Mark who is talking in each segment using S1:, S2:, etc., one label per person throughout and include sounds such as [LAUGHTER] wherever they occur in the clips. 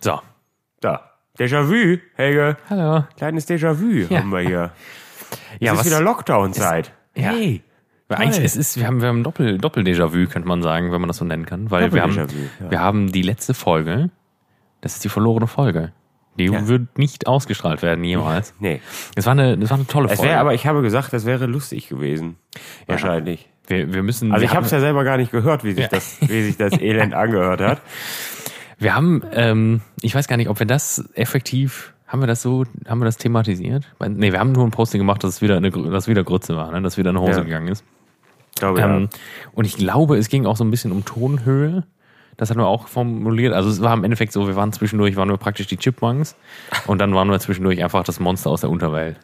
S1: So.
S2: Da. Déjà-vu, Helge.
S1: Hallo.
S2: Kleines Déjà-vu
S1: Ja.
S2: haben wir hier.
S1: Ja,
S2: es
S1: was-
S2: ist wieder Lockdown-Zeit.
S1: Ja.
S2: Hey.
S1: Weil Eigentlich
S2: Toll.
S1: es ist, wir haben, wir haben Doppel, Doppel Déjà-vu, könnte man sagen, wenn man das so nennen kann. Weil wir haben,
S2: Doppel-Déjà-vu, ja.
S1: wir haben die letzte Folge, das ist die verlorene Folge. Die
S2: Ja.
S1: wird nicht ausgestrahlt werden,
S2: [LAUGHS]
S1: jemals.
S2: Nee.
S1: Es war eine, es war eine tolle
S2: Es
S1: Folge.
S2: wäre aber, ich habe gesagt, das wäre lustig gewesen. Wahrscheinlich.
S1: wir, wir müssen,
S2: Also
S1: wir
S2: ich habe es
S1: haben,
S2: ja selber gar nicht gehört, wie sich, das, wie sich das
S1: [LAUGHS]
S2: Elend angehört hat.
S1: wir haben, ähm, ich weiß gar nicht, ob wir das effektiv, haben wir das so, haben wir das thematisiert? Weil- Nee, wir haben nur ein Posting gemacht, dass es wieder eine, Gr- dass wieder Grütze war, ne? dass wieder eine Hose
S2: Ja.
S1: gegangen ist.
S2: Ich glaube,
S1: Ähm, und ich glaube, es ging auch so ein bisschen um Tonhöhe. Das hatten wir auch formuliert. Also es war im Endeffekt so, wir waren zwischendurch, waren wir praktisch die Chipmunks und dann waren wir zwischendurch einfach das Monster aus der Unterwelt.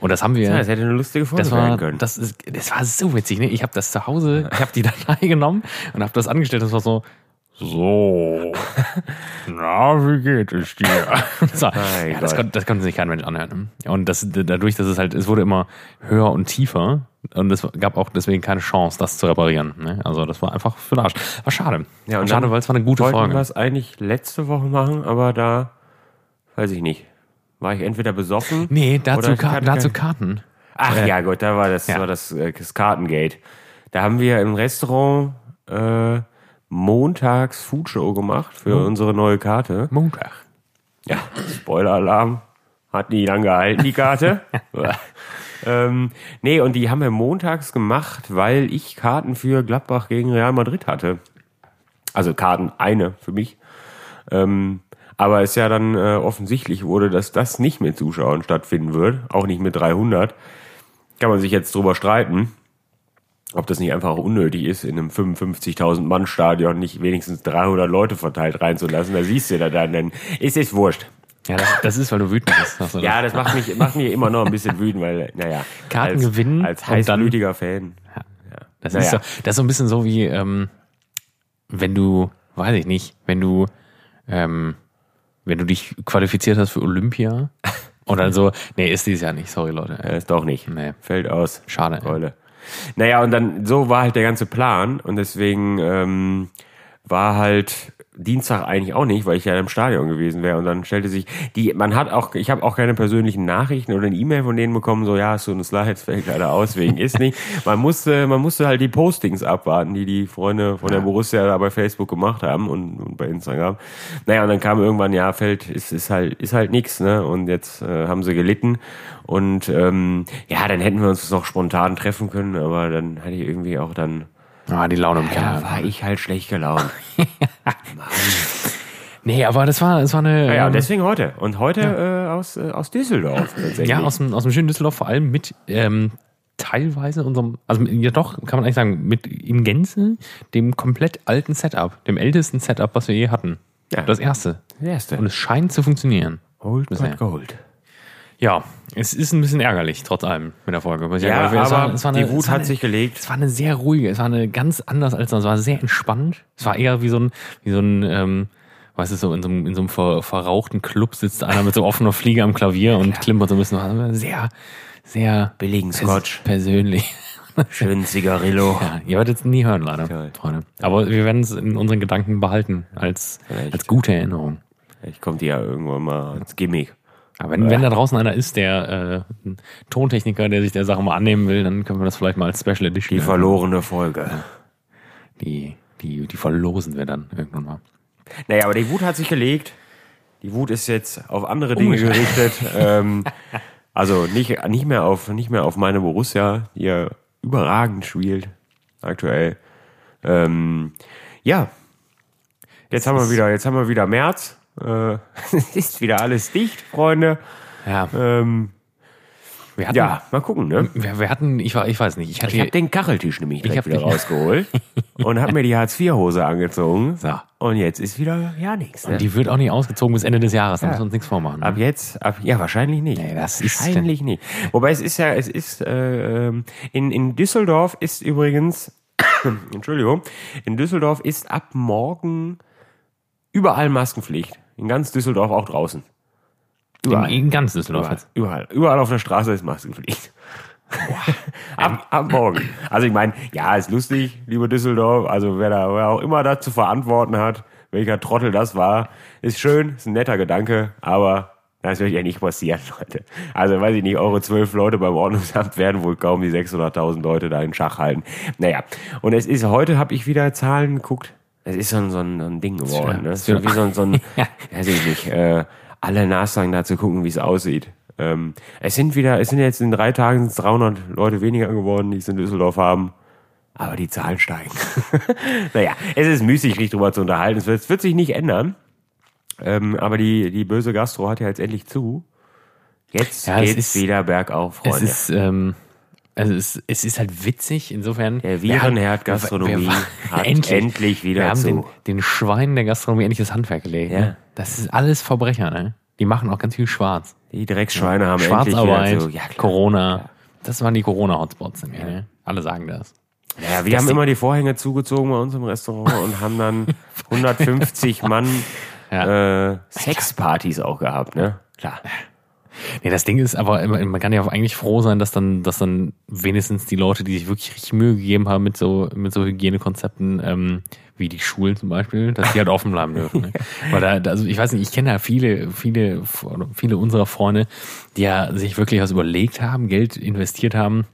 S1: Und das haben wir.
S2: ja. Das hätte eine lustige Folge
S1: das war,
S2: werden können.
S1: das, ist, das war so witzig, ne? Ich habe das zu Hause, ich habe [LAUGHS] die Datei genommen und habe das angestellt. Das war so, so,
S2: [LAUGHS]
S1: na, wie geht es dir? [LAUGHS] so,
S2: Mein
S1: ja, das,
S2: Gott.
S1: konnte, das konnte sich kein Mensch anhören. ne? Und das, dadurch, dass es halt, es wurde immer höher und tiefer und es gab auch deswegen keine Chance, das zu reparieren. Ne? Also das war einfach für den Arsch. War schade.
S2: Ja, und
S1: schade,
S2: dann
S1: weil es war eine gute
S2: wollten wir
S1: Folge.
S2: es eigentlich letzte Woche machen, aber da weiß ich nicht. War ich entweder besoffen?
S1: Nee, dazu,
S2: oder
S1: Ka
S2: kann-
S1: dazu Karten.
S2: Ach ja, gut, da war das,
S1: ja.
S2: war das, äh, das Kartengate. Da haben wir im Restaurant äh, montags Foodshow gemacht für unsere neue Karte.
S1: Montag.
S2: Ja, Spoiler-Alarm. Hat nie lang gehalten, die Karte. ähm, nee, und die haben wir montags gemacht, weil ich Karten für Gladbach gegen Real Madrid hatte. Also Karten, eine für mich. Ähm, aber es ja dann äh, offensichtlich wurde, dass das nicht mit Zuschauern stattfinden wird, auch nicht mit 300. Kann man sich jetzt drüber streiten, ob das nicht einfach auch unnötig ist, in einem 55.000-Mann-Stadion nicht wenigstens 300 Leute verteilt reinzulassen. Da siehst du da dann, es ist wurscht.
S1: Ja, das, das ist, weil du wütend bist.
S2: [LAUGHS]
S1: Hast du
S2: Ja, das macht mich, macht mich immer noch ein bisschen wütend, weil, naja.
S1: Karten
S2: als,
S1: gewinnen
S2: Als
S1: und dann-
S2: heißblütiger Fan.
S1: Das,
S2: Naja.
S1: ist so, das ist so ein bisschen so wie, ähm, wenn du, weiß ich nicht, wenn du, ähm, wenn du dich qualifiziert hast für
S2: [LAUGHS]
S1: Olympia und dann so, nee, ist dies ja nicht, sorry Leute.
S2: Ja,
S1: Äh,
S2: Ist doch nicht.
S1: Nee.
S2: Fällt aus.
S1: Schade.
S2: Keule. Naja, und dann, so war halt der ganze Plan und deswegen ähm, war halt Dienstag eigentlich auch nicht, weil ich ja im Stadion gewesen wäre und dann stellte sich die, man hat auch, ich habe auch keine persönlichen Nachrichten oder eine E-Mail von denen bekommen, so ja, so ein Slides fällt leider aus, wegen ist nicht. Man musste, man musste halt die Postings abwarten, die die Freunde von der Borussia da bei Facebook gemacht haben und, und bei Instagram. Naja, und dann kam irgendwann, ja, fällt, ist, ist halt, ist halt nix, ne? Und jetzt äh, haben sie gelitten und ähm, ja, dann hätten wir uns noch spontan treffen können, aber dann hatte ich irgendwie auch dann,
S1: Ah, die Laune im
S2: ja,
S1: Keller.
S2: war ich halt schlecht gelaunt.
S1: Nee, aber das war, das war eine.
S2: Ja,
S1: ähm,
S2: und deswegen heute. Und heute äh, aus, äh, aus Düsseldorf tatsächlich.
S1: ja aus, dem, aus dem schönen Düsseldorf vor allem mit ähm, teilweise unserem, also mit- ja doch, kann man eigentlich sagen, mit in Gänze dem komplett alten Setup, dem ältesten Setup, was wir je hatten.
S2: Ja. Oh.
S1: Das erste.
S2: Der erste.
S1: Und es scheint zu funktionieren.
S2: Old
S1: Bisher.
S2: but Gold.
S1: Ja, es ist ein bisschen ärgerlich, trotz allem, mit der Folge. muss ich
S2: Ja,
S1: sagen, weil
S2: aber
S1: es war- es war eine-
S2: die Wut
S1: es war
S2: hat
S1: eine-
S2: sich gelegt.
S1: Es war eine sehr ruhige, es war eine ganz anders als sonst, es war sehr entspannt. Es war eher wie so ein, wie so ein, ähm, weißt du, so in so einem, in so einem ver, verrauchten Club sitzt einer mit so offener Fliege am Klavier und klimpert so ein bisschen. War Sehr, sehr
S2: Billigen
S1: pers-
S2: Scotch.
S1: persönlich.
S2: Schönen Zigarillo.
S1: Ja, ihr werdet es nie hören, leider,
S2: Geil.
S1: Freunde. Aber wir werden es in unseren Gedanken behalten, als,
S2: Vielleicht.
S1: als gute Erinnerung.
S2: [LAUGHS] Ich komme die ja irgendwann mal als Gimmick.
S1: Aber wenn, wenn da draußen einer ist, der äh, ein Tontechniker, der sich der Sache mal annehmen will, dann können wir das vielleicht mal als Special Edition.
S2: Die
S1: äh,
S2: verlorene Folge.
S1: die, die, die verlosen wir dann irgendwann mal.
S2: Naja, aber die Wut hat sich gelegt. Die Wut ist jetzt auf andere Dinge
S1: Umgeschlagen.
S2: gerichtet. [LAUGHS] ähm, also nicht, nicht, mehr auf, nicht mehr auf meine Borussia, die ja überragend spielt aktuell. Ähm, ja, jetzt haben, wir wieder, jetzt haben wir wieder März. Äh, [LAUGHS] es ist wieder alles dicht, Freunde.
S1: Ja,
S2: Ähm,
S1: wir hatten,
S2: ja, mal gucken, ne?
S1: Wir, wir hatten, ich, war- ich weiß nicht, ich hatte
S2: Ich habe den Kacheltisch nämlich direkt
S1: hab
S2: wieder
S1: den-
S2: [LAUGHS] rausgeholt und habe mir die Hartz-IV-Hose angezogen.
S1: So.
S2: Und jetzt ist wieder ja nichts. Ne?
S1: die wird auch nicht ausgezogen bis Ende des Jahres, da müssen wir uns nichts vormachen.
S2: Ab jetzt, ab, ja, wahrscheinlich nicht.
S1: Mhm. Nee, das ist-
S2: wahrscheinlich nicht. Wobei es ist ja, es ist, äh, ähm, in, in Düsseldorf ist übrigens, [COUGHS] Entschuldigung, in Düsseldorf ist ab morgen überall Maskenpflicht. In ganz Düsseldorf auch draußen.
S1: in, in ganz Düsseldorf
S2: Überall,
S1: jetzt.
S2: überall, überall auf der Straße ist Maskenpflicht. [LAUGHS] ab, ab morgen. Also ich meine, ja, ist lustig, lieber Düsseldorf. Also wer da wer auch immer das zu verantworten hat, welcher Trottel das war. Ist schön, ist ein netter Gedanke, aber das wird ja nicht passieren, [LAUGHS] Leute. Also weiß ich nicht, eure zwölf Leute beim Ordnungsamt werden wohl kaum die 600.000 Leute da in Schach halten. Naja, und es ist, heute habe ich wieder Zahlen geguckt. Es ist so ein, so ein, so ein Ding geworden. Ne? Es ist so [LAUGHS] wie so ein, so ein weiß ich nicht, äh, alle nachsagen da zu gucken, wie es aussieht. Ähm, es sind wieder, es sind jetzt in drei Tagen sind's 300 Leute weniger geworden, die es in Düsseldorf haben. Aber die Zahlen steigen. [LAUGHS] naja, es ist müßig, sich drüber zu unterhalten. Es wird, es wird sich nicht ändern. Ähm, aber die, die böse Gastro hat ja jetzt endlich zu. Jetzt
S1: Ja, es
S2: geht's
S1: ist-
S2: wieder bergauf,
S1: Es
S2: Freunde.
S1: ist, ähm, also es, es ist halt witzig, insofern.
S2: Der
S1: wir haben-
S2: Virenherd Gastronomie
S1: wir- wir- [LAUGHS]
S2: hat endlich wieder
S1: wir haben
S2: zu.
S1: Den, den Schweinen der Gastronomie endlich das Handwerk gelegt.
S2: Ja.
S1: Ne? Das ist alles Verbrecher, ne? Die machen auch ganz viel schwarz.
S2: die Drecksschweine haben endlich wieder
S1: Schwarzarbeit,
S2: zu. Ja, klar.
S1: Corona. Das waren die Corona-Hotspots. nämlich, Ne? Alle sagen das.
S2: Ja, wir haben immer die Vorhänge zugezogen bei uns im Restaurant [LAUGHS] und haben dann 150 Mann äh, Sexpartys auch gehabt, ne? Klar.
S1: Nee, das Ding ist aber, immer- man kann ja auch eigentlich froh sein, dass dann, dass dann wenigstens die Leute, die sich wirklich richtig Mühe gegeben haben mit so, mit so Hygienekonzepten, ähm, wie die Schulen zum Beispiel, dass die halt offen
S2: [LAUGHS]
S1: bleiben dürfen. Ne? Weil da, da- also ich weiß nicht, ich kenne ja viele, viele, viele unserer Freunde, die ja sich wirklich was überlegt haben, Geld investiert haben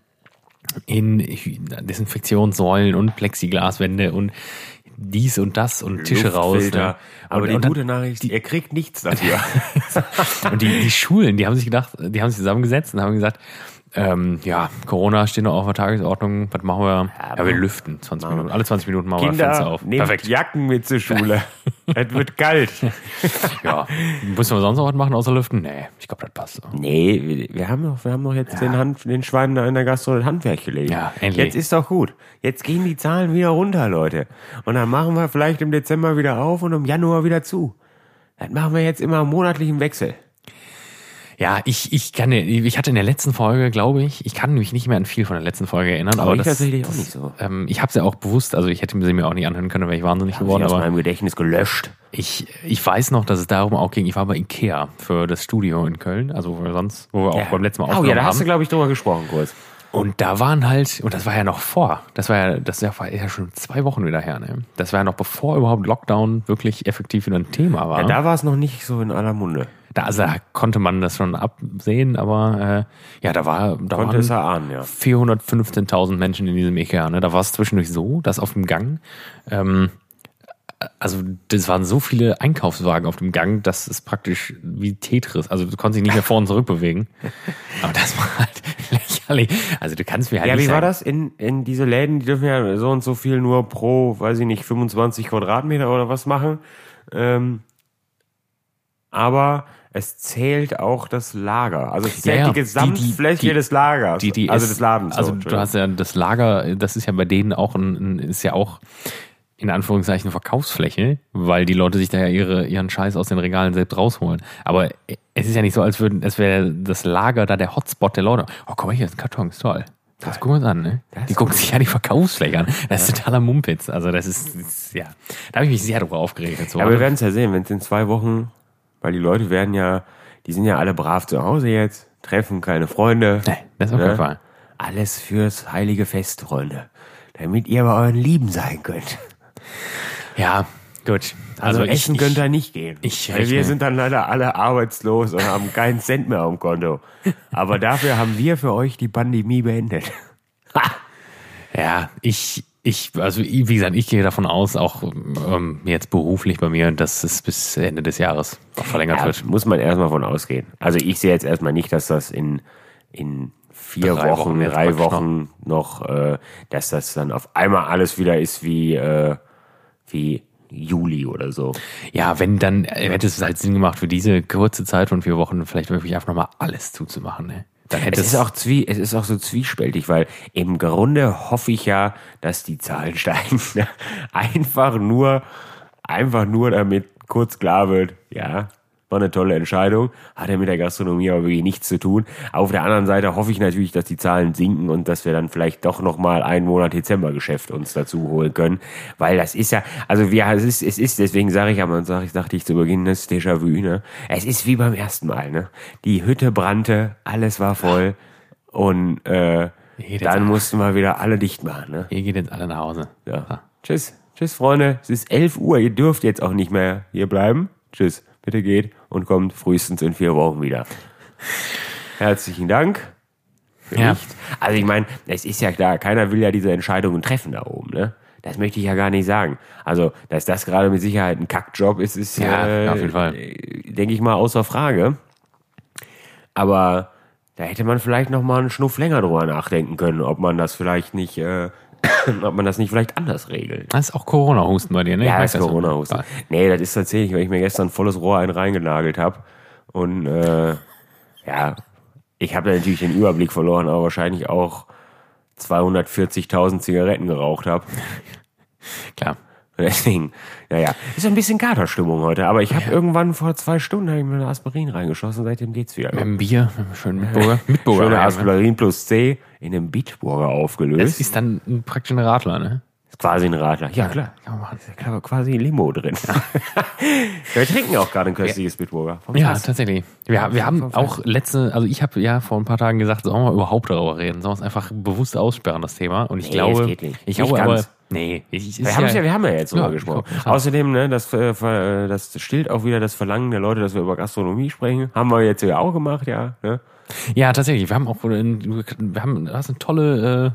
S1: in Hy- Desinfektionssäulen und Plexiglaswände und dies und das und Tische raus.
S2: Luftfilter.
S1: Ne?
S2: Aber
S1: und,
S2: die
S1: und dann-
S2: gute Nachricht, ihr kriegt nichts [LAUGHS] dafür.
S1: und die, die Schulen, die haben sich gedacht, die haben sich zusammengesetzt und haben gesagt, ähm, ja, Corona steht noch auf der Tagesordnung, was machen wir? Ja, wir lüften 20 Minuten. Alle 20 Minuten machen wir das Fenster
S2: Kinder,
S1: auf.
S2: nehmt
S1: Perfekt.
S2: Jacken mit zur [LAUGHS] Schule. es wird kalt.
S1: Ja. Müssen wir sonst noch was machen außer lüften? Nee, ich glaube, das passt. so.
S2: Nee, wir, wir haben doch, wir haben doch jetzt den, Hand, den Schweinen da in der Gastro das Handwerk gelegt.
S1: Ja, endlich.
S2: Jetzt ist doch gut. Jetzt gehen die Zahlen wieder runter, Leute. Und dann machen wir vielleicht im Dezember wieder auf und im Januar wieder zu. Das machen wir jetzt immer im monatlichen Wechsel.
S1: Ja, ich, ich kann, ich hatte in der letzten Folge, glaube ich, ich kann mich nicht mehr an viel von der letzten Folge erinnern, aber,
S2: ich
S1: das,
S2: tatsächlich auch
S1: das,
S2: nicht so.
S1: Ähm, ich habe es ja auch bewusst, also ich hätte sie mir auch nicht anhören können, wäre ich wahnsinnig geworden,
S2: Worden, aus
S1: aber
S2: meinem Gedächtnis gelöscht.
S1: Ich, ich weiß noch, dass es darum auch ging. Ich war bei Ikea für das Studio in Köln, also wo wir sonst, wo wir auch beim letzten Mal
S2: Oh
S1: aufgenommen
S2: ja, da hast du,
S1: haben.
S2: glaube ich, drüber gesprochen kurz.
S1: und da waren halt, und das war ja noch vor, das war ja, das war ja schon zwei Wochen wieder her, ne? Das war ja noch bevor überhaupt Lockdown wirklich effektiv wieder ein Thema war.
S2: Ja, da war es noch nicht so in aller Munde.
S1: da, also, da konnte man das schon absehen, aber äh, ja, da war, da
S2: Konnte
S1: waren
S2: es erahnen, ja.
S1: 415.000 Menschen in diesem Ikea. Ne? Da war es zwischendurch so, dass auf dem Gang, ähm, also das waren so viele Einkaufswagen auf dem Gang, dass es praktisch wie Tetris, also du konntest dich nicht mehr vor und zurück
S2: [LAUGHS]
S1: bewegen. Aber das war halt [LAUGHS] lächerlich. Also du kannst mir halt
S2: Ja,
S1: nicht
S2: wie war
S1: sagen,
S2: das? In, in diese Läden, die dürfen ja so und so viel nur pro, weiß ich nicht, 25 Quadratmeter oder was machen. Ähm, aber es zählt auch das Lager. Also es zählt
S1: Ja, ja.
S2: die
S1: Die-
S2: Gesamtfläche
S1: die- die-
S2: des Lagers.
S1: die, die
S2: also
S1: ist-
S2: des Ladens. so,
S1: Also du
S2: Entschuldigung.
S1: hast ja das Lager, das ist ja bei denen auch ein, ein ist ja auch in Anführungszeichen Verkaufsfläche, weil die Leute sich da ja ihre, ihren Scheiß aus den Regalen selbst rausholen. Aber es ist ja nicht so, als würden, es wäre das Lager da der Hotspot der Leute. Oh, guck mal, hier ist ein Karton, ist toll. Das gucken wir uns an, ne? Die gucken sich ja die Verkaufsfläche an. Das ist totaler Mumpitz. Also das ist, ist ja, da habe ich mich sehr drüber aufgeregt. So. Also,
S2: aber wir werden es ja sehen, wenn es in zwei Wochen, weil die Leute werden ja, die sind ja alle brav zu Hause jetzt, treffen keine Freunde.
S1: Nee, das auf
S2: Ne?
S1: jeden Fall.
S2: Alles fürs heilige Fest, Freunde. Damit ihr bei euren Lieben sein könnt.
S1: Ja, gut.
S2: Also,
S1: ich-
S2: essen
S1: ich-
S2: könnt ihr nicht gehen.
S1: ich
S2: weil wir
S1: rechne.
S2: sind dann leider alle arbeitslos und haben keinen Cent mehr auf dem Konto. Aber dafür haben wir für euch die Pandemie beendet.
S1: Ja, ich, ich, also ich- wie gesagt, ich gehe davon aus, auch ähm, jetzt beruflich bei mir, dass es bis Ende des Jahres auch verlängert
S2: Ja,
S1: wird.
S2: muss man erstmal von ausgehen. Also ich sehe jetzt erstmal nicht, dass das in, in vier
S1: Drei
S2: Wochen,
S1: Wochen jetzt
S2: drei
S1: praktisch
S2: Wochen noch, äh, dass das dann auf einmal alles wieder ist wie, äh, wie Juli oder so.
S1: Ja, wenn dann äh, hätte es halt Sinn gemacht, für diese kurze Zeit von vier Wochen vielleicht wirklich einfach nochmal alles zuzumachen. Ne? Dann hätte
S2: Es ist, auch zwie, es ist auch so zwiespältig, weil im Grunde hoffe ich ja, dass die Zahlen [LAUGHS] steigen. Einfach nur, einfach nur, damit kurz klar wird, ja, war eine tolle Entscheidung, hat ja mit der Gastronomie aber wirklich nichts zu tun. Auf der anderen Seite hoffe ich natürlich, dass die Zahlen sinken und dass wir dann vielleicht doch nochmal einen Monat Dezembergeschäft uns dazu holen können, weil das ist ja, also wir, es ist, es ist, deswegen sage ich aber, sag ich, dachte ich zu Beginn, das ist Déjà-vu, ne? Es ist wie beim ersten Mal, ne? Die Hütte brannte, alles war voll und, äh,
S1: Jeder
S2: dann
S1: sagt-
S2: mussten wir wieder alle dicht machen, ne?
S1: Ihr geht jetzt alle nach Hause.
S2: Ja. Tschüss. Tschüss, Freunde. Es ist 11 Uhr. Ihr dürft jetzt auch nicht mehr hier bleiben. Tschüss. Bitte geht und kommt frühestens in vier Wochen wieder. Herzlichen Dank.
S1: Ja.
S2: Nicht. Also ich meine, es ist ja klar, keiner will ja diese Entscheidungen treffen da oben, ne? Das möchte ich ja gar nicht sagen. Also, dass das gerade mit Sicherheit ein Kackjob ist, ist
S1: Ja,
S2: äh,
S1: auf jeden Fall.
S2: äh, denke ich mal, außer Frage. Aber da hätte man vielleicht noch mal einen Schnuff länger drüber nachdenken können, ob man das vielleicht nicht, äh, [COUGHS] ob man das nicht vielleicht anders regelt.
S1: Das ist auch Corona-Husten bei dir, ne? Ich
S2: Ja,
S1: merk
S2: das
S1: das.
S2: corona husten Nee, das ist tatsächlich, weil ich mir gestern volles Rohr einen reingenagelt habe. Und äh, ja, ich habe da natürlich den Überblick verloren, aber wahrscheinlich auch 240.000 Zigaretten geraucht habe.
S1: Klar.
S2: [LAUGHS] Deswegen, naja, ist so ein bisschen Katerstimmung heute. Aber ich habe irgendwann vor zwei Stunden hab ich mir eine Aspirin reingeschossen, seitdem geht's wieder.
S1: Mit einem Bier, mit einem schönen
S2: [LAUGHS]
S1: Mitburger. Mitburger.
S2: Schöne
S1: eigentlich.
S2: Aspirin plus C in einem Bitburger
S1: ne? das
S2: aufgelöst.
S1: ist dann ein- praktisch ein Radler, ne?
S2: Ist quasi ein Radler. Ja, klar.
S1: Kann man machen.
S2: Ist ja klar, aber quasi Limo drin. [LAUGHS] Wir trinken auch gerade ein köstliches Bitburger. Vom
S1: Ja,
S2: Fass.
S1: tatsächlich. Wir, wir haben
S2: Vom Fass.
S1: auch letzte, also ich habe ja vor ein paar Tagen gesagt, sollen wir überhaupt darüber reden? Sollen wir es einfach bewusst aussperren, das Thema? Und ich
S2: Nee,
S1: glaube,
S2: es geht nicht.
S1: ich
S2: Nicht
S1: glaube aber,
S2: ganz.
S1: nee, ich, ich,
S2: Wir, haben's ja, wir haben ja jetzt drüber
S1: Ja,
S2: gesprochen.
S1: ich glaub, ja.
S2: Außerdem, ne, das, äh, ver- äh, das stillt auch wieder das Verlangen der Leute, dass wir über Gastronomie sprechen. Haben wir jetzt ja auch gemacht, ja. Ne?
S1: ja, tatsächlich. Wir haben auch, äh, wir haben, du hast eine tolle äh,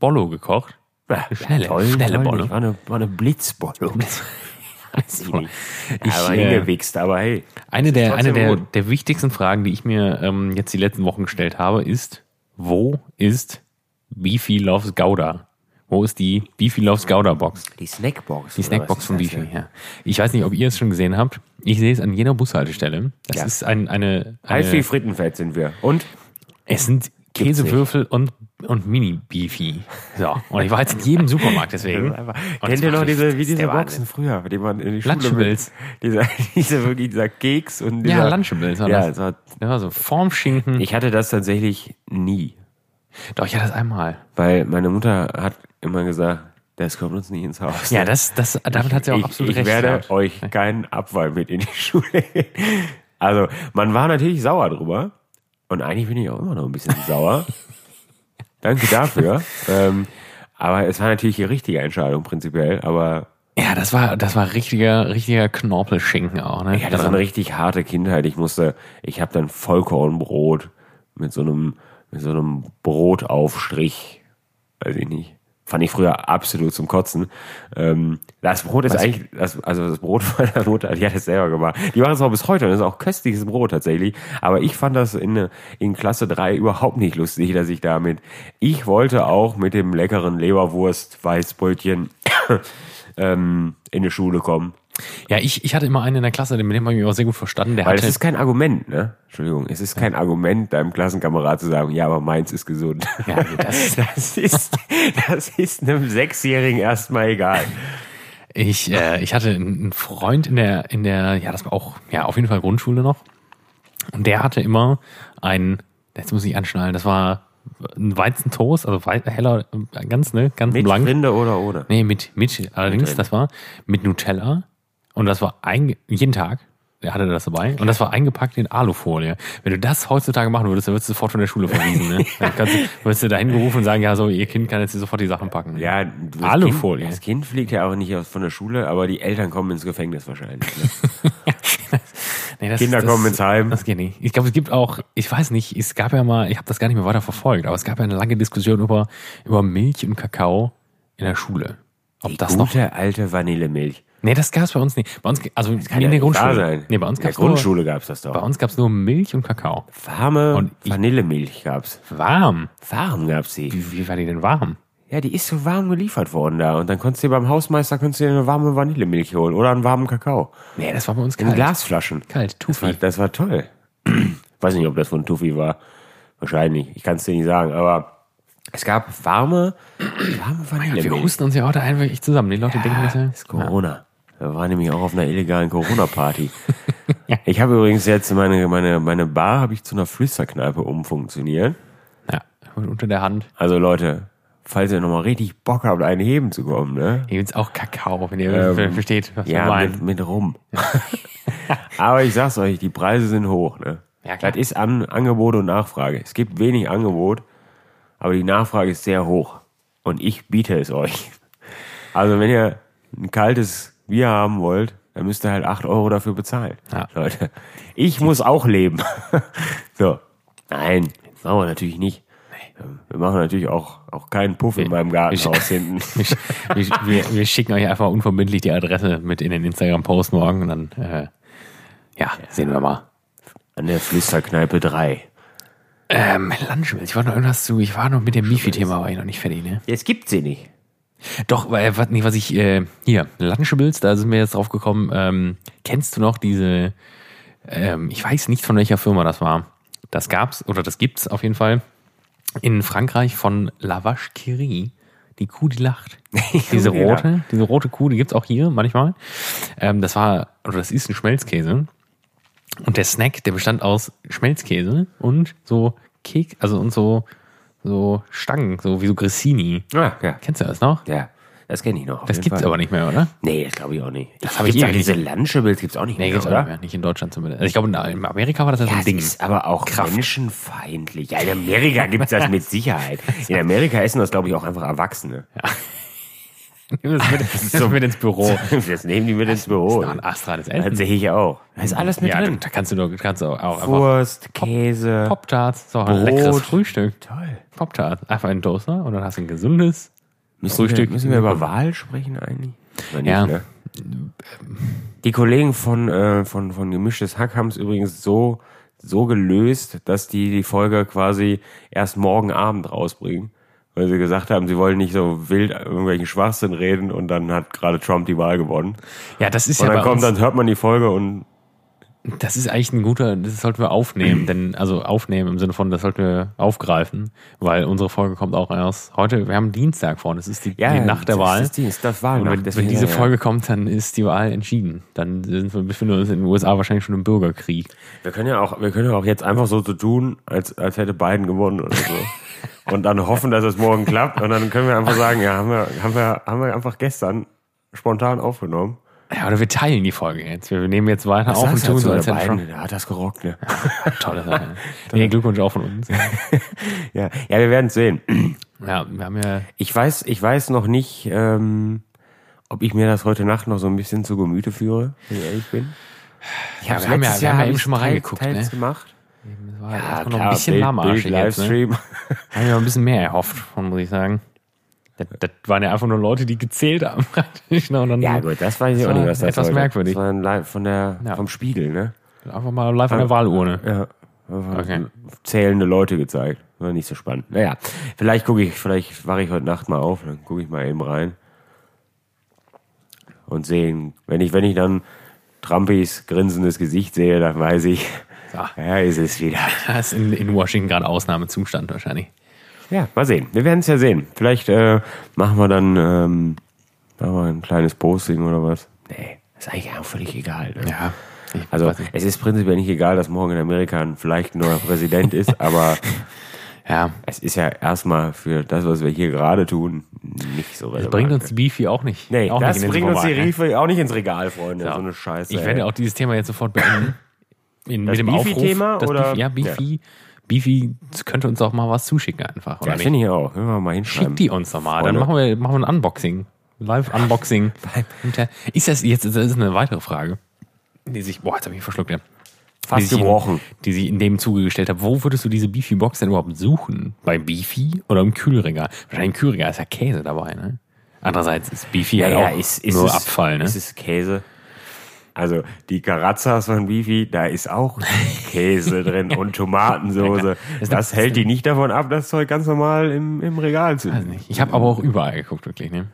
S1: Bollo gekocht.
S2: Ja,
S1: Schnelle, schnelle Bolle.
S2: War eine, war eine Blitzbolle. Weiß ich nicht.
S1: Ich,
S2: Ja, aber
S1: äh,
S2: hingewichst, aber hey.
S1: Eine der, eine
S2: trotzdem
S1: der,
S2: gut.
S1: der wichtigsten Fragen, die ich mir ähm, jetzt die letzten Wochen gestellt habe, ist, wo ist Beefy Loves Gouda? Wo ist die Beefy Loves Gouda Box?
S2: Die Snackbox.
S1: Die Snackbox von Beefy, ja. Ich weiß nicht, ob ihr es schon gesehen habt. Ich sehe es an jeder Bushaltestelle. Das
S2: Ja.
S1: ist ein, eine,
S2: Heiß wie
S1: eine
S2: Frittenfett sind wir. Und?
S1: es sind Käsewürfel und, und Mini-Beefy. So. Und ich war jetzt in jedem Supermarkt deswegen. Und
S2: Kennt ihr
S1: das
S2: noch
S1: macht richtig-
S2: diese, wie
S1: das ist
S2: diese
S1: der
S2: Boxen früher, die man in die Schule
S1: Lunchables.
S2: Dieser, [LAUGHS] diese, wirklich dieser Keks und
S1: Wahnsinn.
S2: dieser,
S1: Ja, Lunchables war
S2: Ja,
S1: das.
S2: das war,
S1: Das war so Formschinken.
S2: ich hatte das tatsächlich nie,
S1: Doch, ich hatte das einmal.
S2: weil meine Mutter hat immer gesagt, das kommt uns nicht ins Haus.
S1: Ja, das, das, damit hat sie auch
S2: ich,
S1: absolut
S2: ich
S1: recht.
S2: werde
S1: gehabt.
S2: euch keinen Abfall mit in die [LAUGHS] Schule. Also, man war natürlich sauer drüber. Und eigentlich bin ich auch immer noch ein bisschen sauer.
S1: [LAUGHS]
S2: Danke dafür. ähm, aber es war natürlich die richtige Entscheidung prinzipiell. Aber
S1: Ja, das war, das war richtiger, richtiger Knorpelschinken auch, ne?
S2: ich hatte so eine richtig harte Kindheit. Ich musste, ich habe dann Vollkornbrot mit so einem, mit so einem Brotaufstrich. Weiß ich nicht. Fand ich früher absolut zum Kotzen. Ähm, das Brot ist eigentlich, das, also das Brot [LAUGHS] von meiner Mutter, die hat es selber gemacht. Die machen es auch bis heute und das ist auch köstliches Brot tatsächlich. Aber ich fand das in, in Klasse 3 überhaupt nicht lustig, dass ich damit, ich wollte auch mit dem leckeren Leberwurst-Weißbrötchen [COUGHS] ähm, in die Schule kommen.
S1: ja, ich, ich hatte immer einen in der Klasse, mit dem habe ich mich auch sehr gut verstanden. Der
S2: Weil
S1: hatte,
S2: es ist kein Argument, ne? Entschuldigung, es ist kein Argument, deinem Klassenkamerad zu sagen, ja, aber meins ist gesund.
S1: ja, also
S2: [LAUGHS]
S1: das,
S2: Das ist, das ist einem Sechsjährigen erstmal egal.
S1: Ich, äh, ich hatte einen Freund in der, in der, ja, das war auch, ja, auf jeden Fall Grundschule noch. Und der hatte immer einen, jetzt muss ich anschnallen, das war ein Weizentoast, also wei- heller, äh, ganz, ne, ganz
S2: Mit
S1: blank.
S2: Rinde oder ohne.
S1: Nee, mit, mit, allerdings, das war mit Nutella. Und das war ein, jeden Tag, der hatte das dabei. Und das war eingepackt in Alufolie. Wenn du das heutzutage machen würdest, dann würdest du sofort von der Schule verwiesen,
S2: [LAUGHS]
S1: ne? Dann kannst, du- würdest du da hingerufen und sagen, ja, so, ihr Kind kann jetzt hier sofort die Sachen packen.
S2: Ja, das
S1: Alufolie.
S2: Kind, das Kind fliegt ja auch nicht aus- von der Schule, aber die Eltern kommen ins Gefängnis wahrscheinlich. Ne?
S1: Nee, das-
S2: Kinder
S1: das-
S2: kommen ins Heim.
S1: Das geht nicht. Ich glaube, es gibt auch, ich weiß nicht, es gab ja mal, ich habe das gar nicht mehr weiter verfolgt, aber es gab ja eine lange Diskussion über, über Milch und Kakao in der Schule. Ob das noch.
S2: Gute alte Vanillemilch.
S1: Nee, das gab es bei uns nicht. Bei uns, also in
S2: Ja,
S1: der
S2: nicht wahr
S1: Grundschule.
S2: Sein.
S1: Nee, bei uns
S2: In der
S1: gab es nur,
S2: Grundschule gab's das
S1: bei
S2: doch.
S1: uns gab's nur Milch und Kakao.
S2: Warme
S1: Und ich-
S2: Vanillemilch gab's.
S1: Warm.
S2: Warm gab's die.
S1: Wie, wie war die denn warm?
S2: Ja, die ist so warm geliefert worden da. Und dann konntest du dir beim Hausmeister konntest du dir eine warme Vanillemilch holen oder einen warmen Kakao.
S1: Nee, das war bei uns
S2: In
S1: kalt.
S2: Glasflaschen.
S1: Kalt,
S2: Das war,
S1: Tufi.
S2: das war toll. [CLEARS THROAT] Weiß nicht, ob das von Tuffy war. Wahrscheinlich. Ich kann es dir nicht sagen. Aber es gab warme, [CLEARS THROAT] warme
S1: Wir
S2: Vanillemilch.
S1: husten uns ja auch da einfach echt zusammen. Die Leute denken, das ja,
S2: Das ist Corona. Wir waren nämlich auch auf einer illegalen Corona-Party. Ich habe übrigens jetzt meine, meine, meine Bar habe ich zu einer Flüsterkneipe umfunktioniert.
S1: ja, unter der Hand.
S2: Also Leute, falls ihr nochmal richtig Bock habt, einen heben zu kommen, ne?
S1: Hier gibt's auch Kakao, wenn ihr
S2: Ähm,
S1: versteht, was wir
S2: Ja,
S1: meinen.
S2: mit, mit rum. [LAUGHS] Aber ich sag's euch, die Preise sind hoch. Ne?
S1: Ja, klar.
S2: das ist an Angebot und Nachfrage. Es gibt wenig Angebot, aber die Nachfrage ist sehr hoch. Und ich biete es euch. Also wenn ihr ein kaltes Bier haben wollt, dann müsst ihr halt 8 Euro dafür bezahlen.
S1: Ja.
S2: Leute, ich muss auch leben. [LAUGHS] so. Nein, machen wir natürlich nicht. Ähm, Wir machen natürlich auch, auch keinen Puff in meinem Gartenhaus
S1: [LAUGHS]
S2: hinten.
S1: Wir, wir, wir, wir schicken euch einfach unverbindlich die Adresse mit in den Instagram-Post morgen und dann, äh, ja, sehen wir mal.
S2: An der Flüsterkneipe 3.
S1: Ähm, Lunchmills, ich wollte noch irgendwas zu, ich war noch mit dem Mifi-Thema, war ich noch nicht fertig, ne?
S2: Jetzt gibt's sie nicht.
S1: Doch, weil, was, nee, was ich, äh, hier, Lunchables, da sind wir jetzt drauf gekommen, ähm, kennst du noch diese, ähm, ich weiß nicht von welcher Firma das war. Das gab's, oder das gibt's auf jeden Fall, in Frankreich von La Vache qui rit. Die Kuh, die lacht. diese
S2: die lacht.
S1: rote, diese rote Kuh, die gibt's auch hier manchmal. Ähm, das war, oder das ist ein Schmelzkäse. Und der Snack, der bestand aus Schmelzkäse und so Kek, also und so, so Stangen, so wie so Grissini.
S2: Ah, ja.
S1: Kennst du das noch?
S2: Ja, das kenne ich noch. auf
S1: Das
S2: jeden
S1: gibt's
S2: Fall.
S1: aber nicht mehr, oder?
S2: Nee, das glaube ich auch nicht. Das
S1: hab ich
S2: auch
S1: eh
S2: diese Lunchables gibt's auch nicht mehr,
S1: gibt's auch
S2: oder?
S1: nicht mehr. Nicht in Deutschland zumindest. Also ich glaube, in in Amerika war das ja so ein
S2: Das
S1: Ding.
S2: ist aber auch menschenfeindlich. Ja, in Amerika gibt's das mit Sicherheit. In Amerika essen das, glaube ich, auch einfach Erwachsene.
S1: Nimm [LAUGHS] das mit, nimm das
S2: so-
S1: mit ins Büro.
S2: Oh, Das nehmen die mit ins Büro.
S1: Noch ein astrales
S2: Das
S1: Essen.
S2: sehe ich auch. Da ist alles mit
S1: Ja, da,
S2: drin.
S1: da kannst du doch kannst du auch einfach
S2: Wurst, Käse.
S1: Pop-Tarts, so ein leckeres
S2: Brot.
S1: Frühstück.
S2: Toll.
S1: Pop-Tarts, einfach in den Toaster und dann hast du ein gesundes.
S2: Müssen
S1: Frühstück.
S2: Wir, müssen wir über Wahl sprechen eigentlich? Oder nicht,
S1: Ja.
S2: ne? Die Kollegen von, äh, von, von Gemischtes Hack haben es übrigens so, so gelöst, dass die die Folge quasi erst morgen Abend rausbringen. Weil sie gesagt haben, sie wollen nicht so wild irgendwelchen Schwachsinn reden und dann hat gerade Trump die Wahl gewonnen.
S1: Ja, das ist
S2: Und
S1: ja
S2: dann
S1: bei
S2: kommt,
S1: uns,
S2: dann hört man die Folge und
S1: das ist eigentlich ein guter, das sollten wir [CLEARS THROAT] aufnehmen, denn also aufnehmen im Sinne von, das sollten wir aufgreifen, weil unsere Folge kommt auch erst heute. Wir haben Dienstag vorne, es ist die, die Nacht der
S2: das
S1: Wahl.
S2: Ist die, ist das Wahlnacht.
S1: Wenn, wenn
S2: deswegen-
S1: diese
S2: ja, ja.
S1: Folge kommt, dann ist die Wahl entschieden. Dann sind wir, befinden wir uns in den USA wahrscheinlich schon im Bürgerkrieg.
S2: Wir können ja auch, wir können ja auch jetzt einfach so so tun, als, als hätte Biden gewonnen oder [LAUGHS] so. Und dann hoffen, dass es morgen klappt. Und dann können wir einfach sagen, ja, haben wir, haben wir, haben wir einfach gestern spontan aufgenommen.
S1: Ja, oder wir teilen die Folge jetzt. Wir nehmen jetzt weiter auf und tun so, als hätte Trump.
S2: der hat das gerockt, ne?
S1: Tolle [LAUGHS] Sache. Nee, Glückwunsch auch von uns.
S2: Ja, ja wir werden sehen.
S1: Ja, wir haben ja.
S2: Ich weiß, ich weiß noch nicht, ähm, ob ich mir das heute Nacht noch so ein bisschen zu Gemüte führe, wenn ich ehrlich bin. Ich hab's
S1: wir haben ja-
S2: letztes
S1: wir haben ja
S2: hab
S1: eben
S2: ich's
S1: schon mal
S2: teils-
S1: reingeguckt,
S2: teils
S1: ne?
S2: gemacht.
S1: das war
S2: Ja,
S1: erstmal noch
S2: klar,
S1: ein bisschen
S2: Bild-
S1: lahmarschig
S2: Bild-
S1: jetzt. Ne?
S2: Livestream.
S1: Haben wir noch ein bisschen mehr erhofft, von, muss ich sagen. Das, das waren ja einfach nur Leute, die gezählt haben [LAUGHS] praktisch. Ne? Und dann
S2: Ja, gut, das weiß ich
S1: Das
S2: auch nicht,
S1: war
S2: was das
S1: etwas
S2: sollte.
S1: merkwürdig.
S2: Das war ein Live von der,
S1: Ja.
S2: vom Spiegel, ne?
S1: einfach mal live an der Wahlurne.
S2: Ja.
S1: Okay.
S2: Zählende Leute gezeigt. War nicht so spannend. Naja, vielleicht gucke ich, vielleicht wache ich heute Nacht mal auf, dann gucke ich mal eben rein. Und sehen, wenn ich, wenn ich dann Trumpis grinsendes Gesicht sehe, dann weiß ich,
S1: Ja.
S2: ja, ist es wieder.
S1: Das ist in, in Washington gerade Ausnahmezustand wahrscheinlich.
S2: Ja, mal sehen. Wir werden es ja sehen. Vielleicht äh, machen wir dann ähm, machen wir ein kleines Posting oder was. Nee, ist eigentlich auch völlig egal. Ne?
S1: Ja. Ich
S2: Also
S1: weiß nicht.
S2: es ist prinzipiell nicht egal, dass morgen in Amerika ein- vielleicht ein neuer
S1: [LAUGHS]
S2: Präsident ist, aber
S1: ja.
S2: es ist ja erstmal für das, was wir hier gerade tun, nicht so relevant.
S1: Das bringt uns die Beefy auch nicht.
S2: nee,
S1: auch
S2: das
S1: nicht in den
S2: bringt uns die
S1: Supermarkt, ne?
S2: Riefe auch nicht ins Regal, Freunde. So eine Scheiße.
S1: Ich werde
S2: ey.
S1: auch dieses Thema jetzt sofort beenden.
S2: [COUGHS]
S1: In,
S2: Das
S1: mit dem Aufruf.
S2: Beefy-Thema
S1: das
S2: oder-
S1: Beefy, ja, Beefy, Beefy könnte uns auch mal was zuschicken einfach,
S2: Ja,
S1: oder
S2: das
S1: nicht?
S2: finde ich auch. Hören wir mal hinschreiben.
S1: Schickt die uns doch mal. Dann
S2: Freunde.
S1: machen wir, machen wir ein Unboxing.
S2: [LAUGHS]
S1: Live-Unboxing. Hinter- äh, ist das jetzt, das ist eine weitere Frage. Die sich, boah, jetzt habe ich mich verschluckt, ja.
S2: Fast
S1: sich in,
S2: gebrochen.
S1: die sich in dem Zuge gestellt habe. Wo würdest du diese Beefy-Box denn überhaupt suchen? Bei Beefy oder im Kühlregal? Wahrscheinlich im Kühlregal ist ja Käse dabei, ne? Andererseits ist Beefy ja, auch nur Abfall, ne?
S2: Ist es Käse? Also die Karazzas von Bifi, da ist auch Käse
S1: [LAUGHS]
S2: drin und Tomatensoße. Das hält die nicht davon ab, das Zeug ganz normal im, im Regal zu.
S1: Weiß nicht. Ich habe aber auch überall geguckt, wirklich, ne?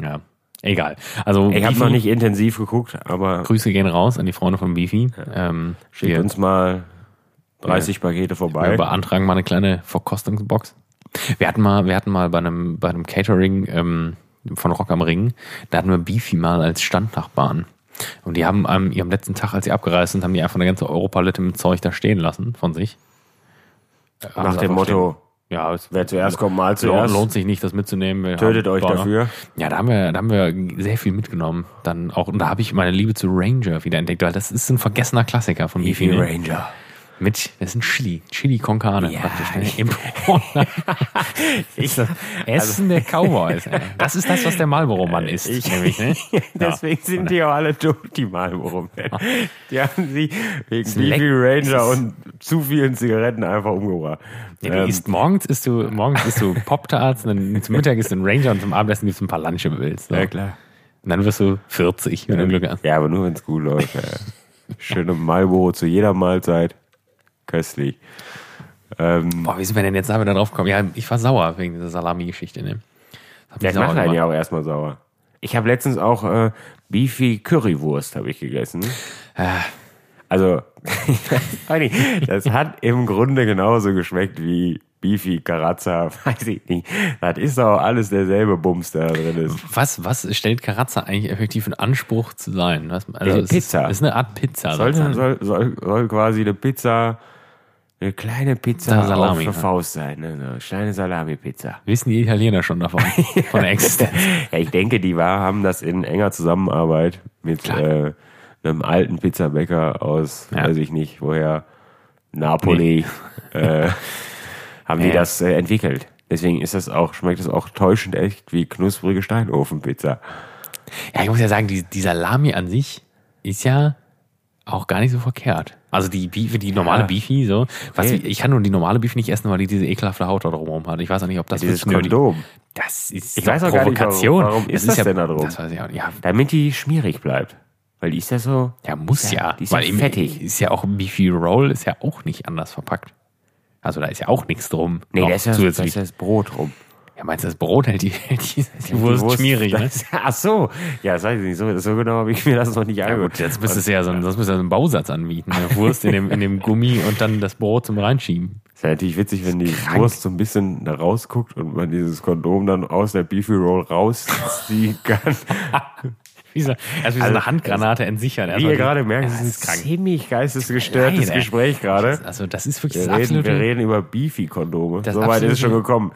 S1: Ja. Egal. Also
S2: Ich habe
S1: Beefy,
S2: noch nicht intensiv geguckt, aber
S1: Grüße gehen raus an die Freunde von Beefy. Ähm,
S2: schickt
S1: wir,
S2: uns mal 30 Pakete vorbei.
S1: wir beantragen mal eine kleine Verkostungsbox. Wir hatten mal, wir hatten mal bei einem, bei einem Catering ähm, von Rock am Ring, da hatten wir Beefy mal als Standnachbarn. Und die haben am ihrem letzten Tag, als sie abgereist sind, haben die einfach eine ganze Europalette mit Zeug da stehen lassen von sich. Haben
S2: Nach
S1: sie
S2: dem
S1: einfach stehen-
S2: Motto,
S1: Ja, es
S2: wer zuerst kommt, mal
S1: Lohnt,
S2: zuerst.
S1: lohnt sich nicht, das mitzunehmen. Wir
S2: Tötet
S1: haben-
S2: euch
S1: war
S2: dafür.
S1: Noch, ja, da haben wir, da haben wir sehr viel mitgenommen. Dann auch, und da habe ich meine Liebe zu Ranger wieder entdeckt, weil das ist ein vergessener Klassiker von Beefy.
S2: Beefy
S1: Ne?
S2: Ranger.
S1: Mit, das ist ein Chili. Chili con carne
S2: Ja.
S1: praktisch. Ne?
S2: [LAUGHS]
S1: Im Portland.
S2: Ich,
S1: Essen der Cowboys. ey. Das ist das, was der Marlboro-Mann ist.
S2: Ich-
S1: nämlich, ne?
S2: [LAUGHS] Deswegen sind die auch alle tot, die Marlboro Man. Die haben sie wegen
S1: leck-
S2: Leafy Ranger
S1: es ist-
S2: und zu vielen Zigaretten einfach umgebracht.
S1: Ja, du
S2: Ähm,
S1: isst morgens isst du, morgens isst
S2: [LAUGHS]
S1: du Pop-Tarts, und dann zum Mittag isst du einen Ranger und zum Abendessen gibst du ein paar Lunchables. So.
S2: ja, klar.
S1: Und dann wirst du 40, wenn du Glück hast.
S2: Ja, aber nur wenn es gut läuft. Ey. Schöne Marlboro zu jeder Mahlzeit. Köstlich. Ähm,
S1: Boah, wie sind wir denn jetzt da wieder drauf gekommen? Ja, ich war sauer wegen dieser Salami-Geschichte, ne? Das hat mich
S2: ja, ich mache einen
S1: gemacht.
S2: ja auch erstmal sauer. Ich habe letztens auch äh, Beefy Currywurst habe ich gegessen. Also, ich weiß auch nicht. das hat im Grunde genauso geschmeckt wie Beefy Karazza, [LAUGHS] weiß ich nicht. Das ist doch alles derselbe Bums, der da drin ist.
S1: Was, was stellt Karazza eigentlich effektiv in Anspruch zu sein? Was, also
S2: Eine
S1: es
S2: Pizza.
S1: Ist, es ist eine Art Pizza.
S2: Sollte,
S1: sozusagen.
S2: soll, soll, soll quasi eine Pizza, eine kleine Pizza
S1: Salami,
S2: auf
S1: ja.
S2: der Faust sein. Ne? Eine kleine Salami-Pizza.
S1: Wissen die Italiener schon
S2: [LAUGHS]
S1: davon? Von der Existenz.
S2: ja, ich denke, die war, haben das in enger Zusammenarbeit mit äh, einem alten Pizzabäcker aus,
S1: Ja.
S2: weiß ich nicht, woher, Napoli, [LAUGHS] äh, haben die
S1: Ja.
S2: das äh, entwickelt. Deswegen ist das auch, schmeckt das auch täuschend echt wie knusprige Steinofenpizza.
S1: Ja, ich muss ja sagen, die, die Salami an sich ist ja auch gar nicht so verkehrt. Also die Beefy, die normale
S2: Ja.
S1: Beefy, so. Was,
S2: Okay.
S1: ich- ich kann nur die normale Beefy nicht essen, weil die diese ekelhafte Haut da drumherum hat. Ich weiß auch nicht, ob das
S2: Dieses
S1: wirklich nötig-
S2: Kondom.
S1: Das ist
S2: Ich
S1: doch
S2: weiß auch gar nicht, warum-
S1: Provokation.
S2: warum ist das
S1: ja,
S2: denn da drum?
S1: Das weiß ich auch nicht. Ja,
S2: Damit die schmierig bleibt. Weil die ist ja so.
S1: ja muss ja.
S2: Die ist ja
S1: weil im-
S2: fettig.
S1: Ist ja auch Beefy Roll, ist ja auch nicht anders verpackt. Also da ist ja auch nichts drum.
S2: Nee,
S1: Noch
S2: da ist ja, da ist ja
S1: zusätzlich.
S2: das Brot rum.
S1: Ja, meinst du, das Brot hält die, [LAUGHS] hält die, die Wurst,
S2: [LAUGHS]
S1: schmierig, ne?
S2: das- Ach so. Ja, das weiß ich nicht. So, so genau habe ich mir das noch nicht
S1: Gut,
S2: angeguckt.
S1: jetzt müsstest du ja so einen, sonst müsstest du einen Bausatz anbieten. Eine Wurst in dem, in dem Gummi und dann das Brot zum Reinschieben.
S2: Ist ja natürlich witzig, wenn die Wurst so ein bisschen da rausguckt und man dieses Kondom dann aus der Beefy Roll rausziehen [LAUGHS] kann.
S1: Wie so, erst wie so eine Handgranate entsichern.
S2: Also,
S1: Erstmal
S2: Wie ihr
S1: die-
S2: gerade merkt,
S1: Ja,
S2: es
S1: das
S2: ist ein ziemlich geistesgestörtes
S1: Nein, ey.
S2: Gespräch gerade.
S1: Also, das ist wirklich
S2: Wir
S1: das
S2: reden,
S1: absolute.
S2: wir reden über Beefy-Kondome.
S1: Das
S2: Soweit ist es
S1: absolute-
S2: schon gekommen.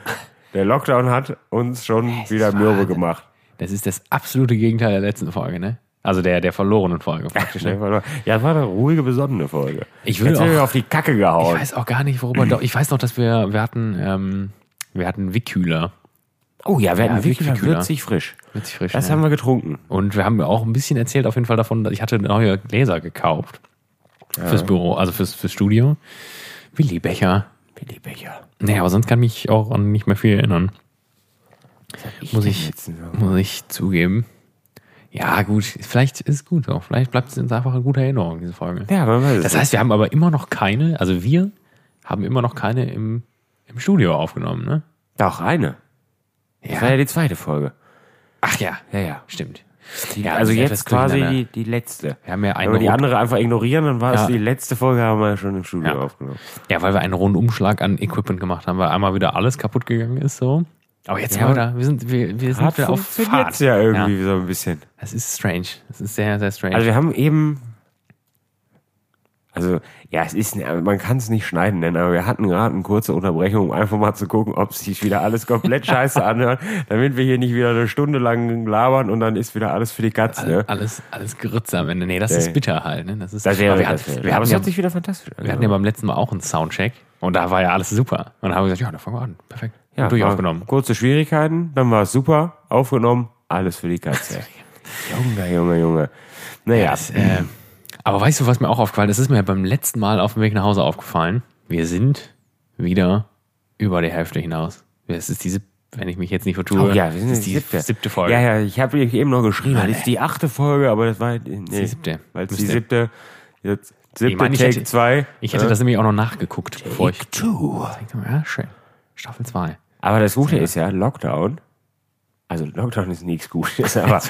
S2: Der Lockdown hat uns schon
S1: ist
S2: wieder mürbe
S1: Wahnsinn.
S2: gemacht.
S1: Das ist das absolute Gegenteil der letzten Folge, ne? Also der, der verlorenen Folge praktisch. Ne?
S2: Ja, das war eine ruhige, besonnene Folge.
S1: Ich will
S2: Jetzt sind
S1: auch-
S2: wir auf die Kacke
S1: Ich
S2: gehauen.
S1: weiß auch gar nicht, worüber. Doch, ich weiß noch, dass wir, wir hatten, ähm, wir hatten Wickhühler.
S2: Oh ja, wir hatten
S1: Ja,
S2: wirklich
S1: Wickelkühler.
S2: würzig frisch.
S1: Witzig frisch.
S2: Das
S1: ne?
S2: haben wir getrunken.
S1: Und wir haben auch ein bisschen erzählt auf jeden Fall davon, dass ich hatte neue Gläser gekauft. Fürs Büro, also fürs, fürs Studio. Willi Becher.
S2: Billy Becher.
S1: Nee, aber sonst kann mich auch an nicht mehr viel erinnern. Muss ich, muss ich zugeben. Ja, gut, vielleicht ist es gut auch. Vielleicht bleibt es uns einfach eine gute Erinnerung, diese Folge.
S2: Ja, man weiß es
S1: Das heißt, wir haben aber immer noch keine, also wir haben immer noch keine im, im Studio aufgenommen, ne?
S2: Doch, eine. Das war ja die zweite Folge.
S1: Ach ja,
S2: Ja, ja.
S1: stimmt.
S2: ja
S1: das
S2: also
S1: ist
S2: jetzt
S1: etwas
S2: quasi
S1: durcheinander.
S2: die, die letzte.
S1: Wir haben ja
S2: Wenn
S1: einen
S2: wir die
S1: Rund,
S2: andere einfach ignorieren, dann war
S1: Ja.
S2: es die letzte Folge, haben wir schon im Studio
S1: Ja.
S2: aufgenommen.
S1: ja, weil wir einen Rundumschlag an Equipment gemacht haben, weil einmal wieder alles kaputt gegangen ist, so. Aber jetzt haben wir da, wir sind, wir, wir sind wieder auf Fahrt.
S2: funktioniert's ja irgendwie so ein bisschen.
S1: Das ist strange. Das ist sehr, sehr strange.
S2: Also wir haben eben, also ja, es ist, man kann es nicht schneiden nennen, aber wir hatten gerade eine kurze Unterbrechung, um einfach mal zu gucken, ob sich wieder
S1: [LAUGHS]
S2: alles komplett scheiße anhört, damit wir hier nicht wieder eine Stunde lang labern und dann ist wieder alles für die Katze.
S1: alles, alles Grütze am Ende. Nee, das
S2: Nee.
S1: ist bitter halt. Ne? Das ist,
S2: Das wäre,
S1: aber wir,
S2: das
S1: hatten,
S2: wäre.
S1: wir,
S2: aber
S1: hatten
S2: es
S1: ja,
S2: hört sich wieder fantastisch an.
S1: wir hatten ja beim letzten Mal auch einen Soundcheck und da war ja alles super. Und da haben wir gesagt, ja, dann fangen wir an. Perfekt. Ja, durch
S2: war
S1: aufgenommen.
S2: Kurze Schwierigkeiten, dann war es super, aufgenommen, alles für die Katze.
S1: [LAUGHS]
S2: Junge, Junge, Junge. Naja,
S1: Das, äh,
S2: mhm.
S1: aber weißt du, was mir auch aufgefallen ist? Das ist mir beim letzten Mal auf dem Weg nach Hause aufgefallen. Wir sind wieder über die Hälfte hinaus. Es ist diese, wenn ich mich jetzt nicht vertue,
S2: oh ja, wir sind
S1: es ist die siebte, Folge.
S2: Ja, ja, ich habe eben noch geschrieben, das ist die achte Folge, aber das war halt- nee, die
S1: siebte.
S2: Weil es die
S1: Müsste.
S2: siebte, jetzt siebte
S1: meine, ich
S2: Take
S1: hätte-
S2: 2.
S1: Ich hätte das nämlich auch noch nachgeguckt, bevor ich.
S2: two.
S1: Ja, schön. Staffel 2.
S2: Aber das Gute ist ja, Lockdown, also Lockdown ist nichts
S1: [LAUGHS]
S2: Gutes, [LAUGHS] aber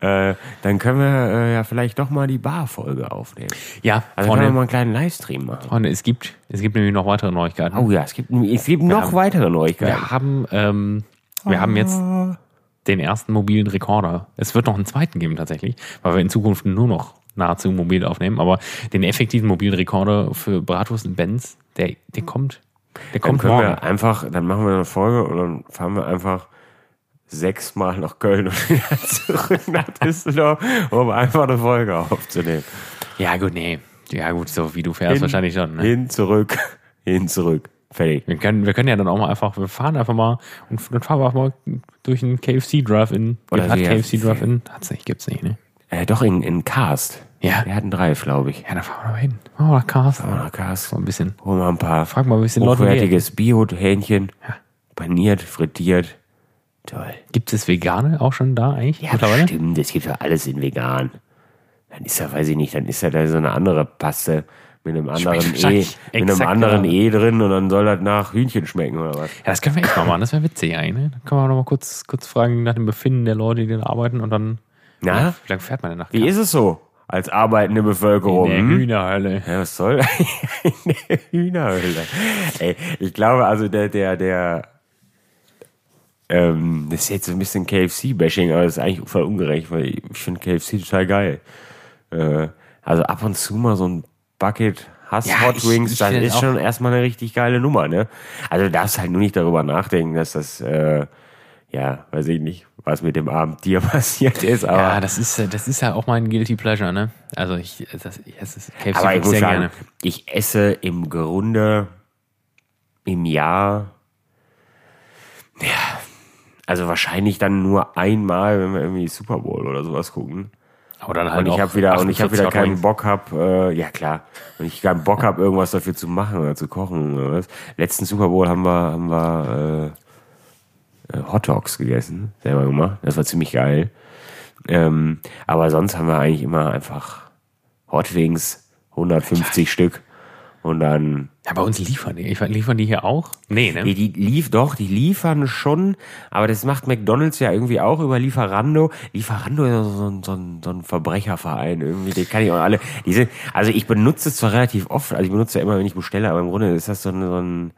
S2: äh, dann können wir äh, ja vielleicht doch mal die Bar-Folge aufnehmen.
S1: Ja,
S2: Also können wir mal
S1: Freunde,
S2: einen kleinen Livestream machen.
S1: Freunde, es gibt, es gibt nämlich noch weitere Neuigkeiten.
S2: Oh ja, es gibt, es gibt noch weitere Neuigkeiten.
S1: Wir haben, ähm, wir haben jetzt den ersten mobilen Rekorder. Es wird noch einen zweiten geben tatsächlich, weil wir in Zukunft nur noch nahezu mobil aufnehmen. Aber den effektiven mobilen Rekorder für Bratwurst und Benz, der, der kommt. Der
S2: Dann
S1: kommt
S2: können
S1: morgen.
S2: wir einfach, dann machen wir eine Folge und dann fahren wir einfach sechsmal nach Köln und [LAUGHS] wieder zurück nach Düsseldorf, um einfach eine Folge aufzunehmen.
S1: Ja gut, nee. Ja, gut, so wie du fährst,
S2: Hin-
S1: wahrscheinlich schon. Ne?
S2: Hin, zurück, [LAUGHS] hin, zurück. Fertig.
S1: Wir, können, wir können ja dann auch mal einfach, wir fahren einfach mal und dann fahren wir auch mal durch einen KFC Drive-In.
S2: Oder
S1: hat
S2: wir-
S1: KFC Drive-In? Hat's nicht, gibt's nicht, ne?
S2: Äh, doch, in, in Cast.
S1: Ja.
S2: Wir hatten drei, glaube ich.
S1: Ja, dann fahren wir mal hin. Machen wir nach Carsten.
S2: Oh, nach Cast.
S1: So ein bisschen.
S2: Hol mal ein paar.
S1: Frag mal ein bisschen Leute. hier.
S2: Hochwertiges Bio-Hähnchen. Paniert, frittiert. Toll.
S1: Gibt es Vegane auch schon da eigentlich?
S2: Ja, stimmt, es gibt ja alles in vegan. Dann ist ja, weiß ich nicht, dann ist ja da so eine andere Paste mit einem anderen E,
S1: Wahrscheinlich
S2: mit einem
S1: exakt
S2: anderen
S1: genau.
S2: E drin und dann soll das nach Hühnchen schmecken oder was?
S1: Ja, das können wir echt mal machen. Das wäre witzig eigentlich. Ne? Dann können wir noch mal kurz, kurz fragen nach dem Befinden der Leute, die da arbeiten und dann.
S2: Na?
S1: Ja, Wie lange fährt man denn nach
S2: Wie ist es so als arbeitende Bevölkerung?
S1: In der
S2: hm?
S1: Hühnerhölle.
S2: Ja, was soll? [LAUGHS] In der Hühnerhöhle. Ey, ich glaube, also der, der, der, ähm, das ist jetzt so ein bisschen KFC-Bashing, aber das ist eigentlich voll ungerecht, weil ich finde KFC total geil. Äh, also ab und zu mal so ein Bucket Hass
S1: Ja,
S2: Hot
S1: ich-
S2: Wings,
S1: ich
S2: das
S1: find
S2: ist
S1: auch-
S2: schon erstmal eine richtig geile Nummer, ne? Also du darfst halt nur nicht darüber nachdenken, dass das, äh, ja, weiß ich nicht, was mit dem armen Tier [LAUGHS] passiert ist, aber.
S1: Ja, das ist, äh, das ist ja auch mein Guilty Pleasure, ne? Also ich, das, ich das ist KFC
S2: Aber ich
S1: gibt's
S2: muss
S1: sehr
S2: sagen,
S1: gerne.
S2: ich esse im Grunde im Jahr, ja, also wahrscheinlich dann nur einmal, wenn wir irgendwie Super Bowl oder sowas gucken.
S1: Aber dann halt
S2: Und ich
S1: auch
S2: habe wieder, und ich habe
S1: 48
S2: wieder
S1: Hot
S2: keinen
S1: Wings.
S2: Bock hab, äh, ja klar, und ich keinen Bock hab, irgendwas dafür zu machen oder zu kochen oder was. Letzten Super Bowl haben wir, haben wir äh, äh, Hot Dogs gegessen, selber gemacht. Das war ziemlich geil. Ähm, aber sonst haben wir eigentlich immer einfach Hot Wings, 150 Stück. Und dann,
S1: Ja, bei uns liefern die. Ich weiß, liefern die hier auch? Nee, ne?
S2: die, die lief doch, die liefern schon, aber das macht McDonalds ja irgendwie auch über Lieferando. Lieferando ist so ein, so ein, so ein Verbrecherverein irgendwie, den kann ich auch alle. Die sind, also ich benutze es zwar relativ oft, also ich benutze ja immer, wenn ich bestelle, aber im Grunde ist das so ein, so ein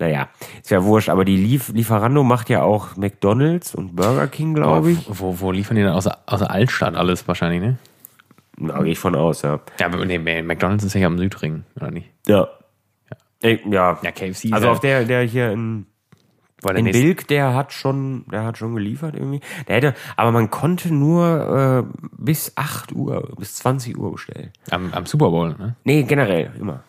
S2: naja, ist ja wurscht, aber die lief, Lieferando macht ja auch McDonalds und Burger King, glaube ich.
S1: Wo, wo liefern die dann aus, der- aus der Altstadt alles wahrscheinlich, ne?
S2: Da gehe ich von aus, ja.
S1: Ja, aber nee, McDonalds ist ja hier am Südring, oder nicht?
S2: Ja. Ey, ja.
S1: Ja, KFC.
S2: Also
S1: ja,
S2: auf der, der hier in,
S1: weil der
S2: in
S1: nächste-
S2: Bilk, der hat schon, der hat schon geliefert irgendwie. Der hätte, aber man konnte nur äh, bis 8 Uhr, bis 20 Uhr bestellen.
S1: am, am Super Bowl, ne?
S2: Nee, generell, immer.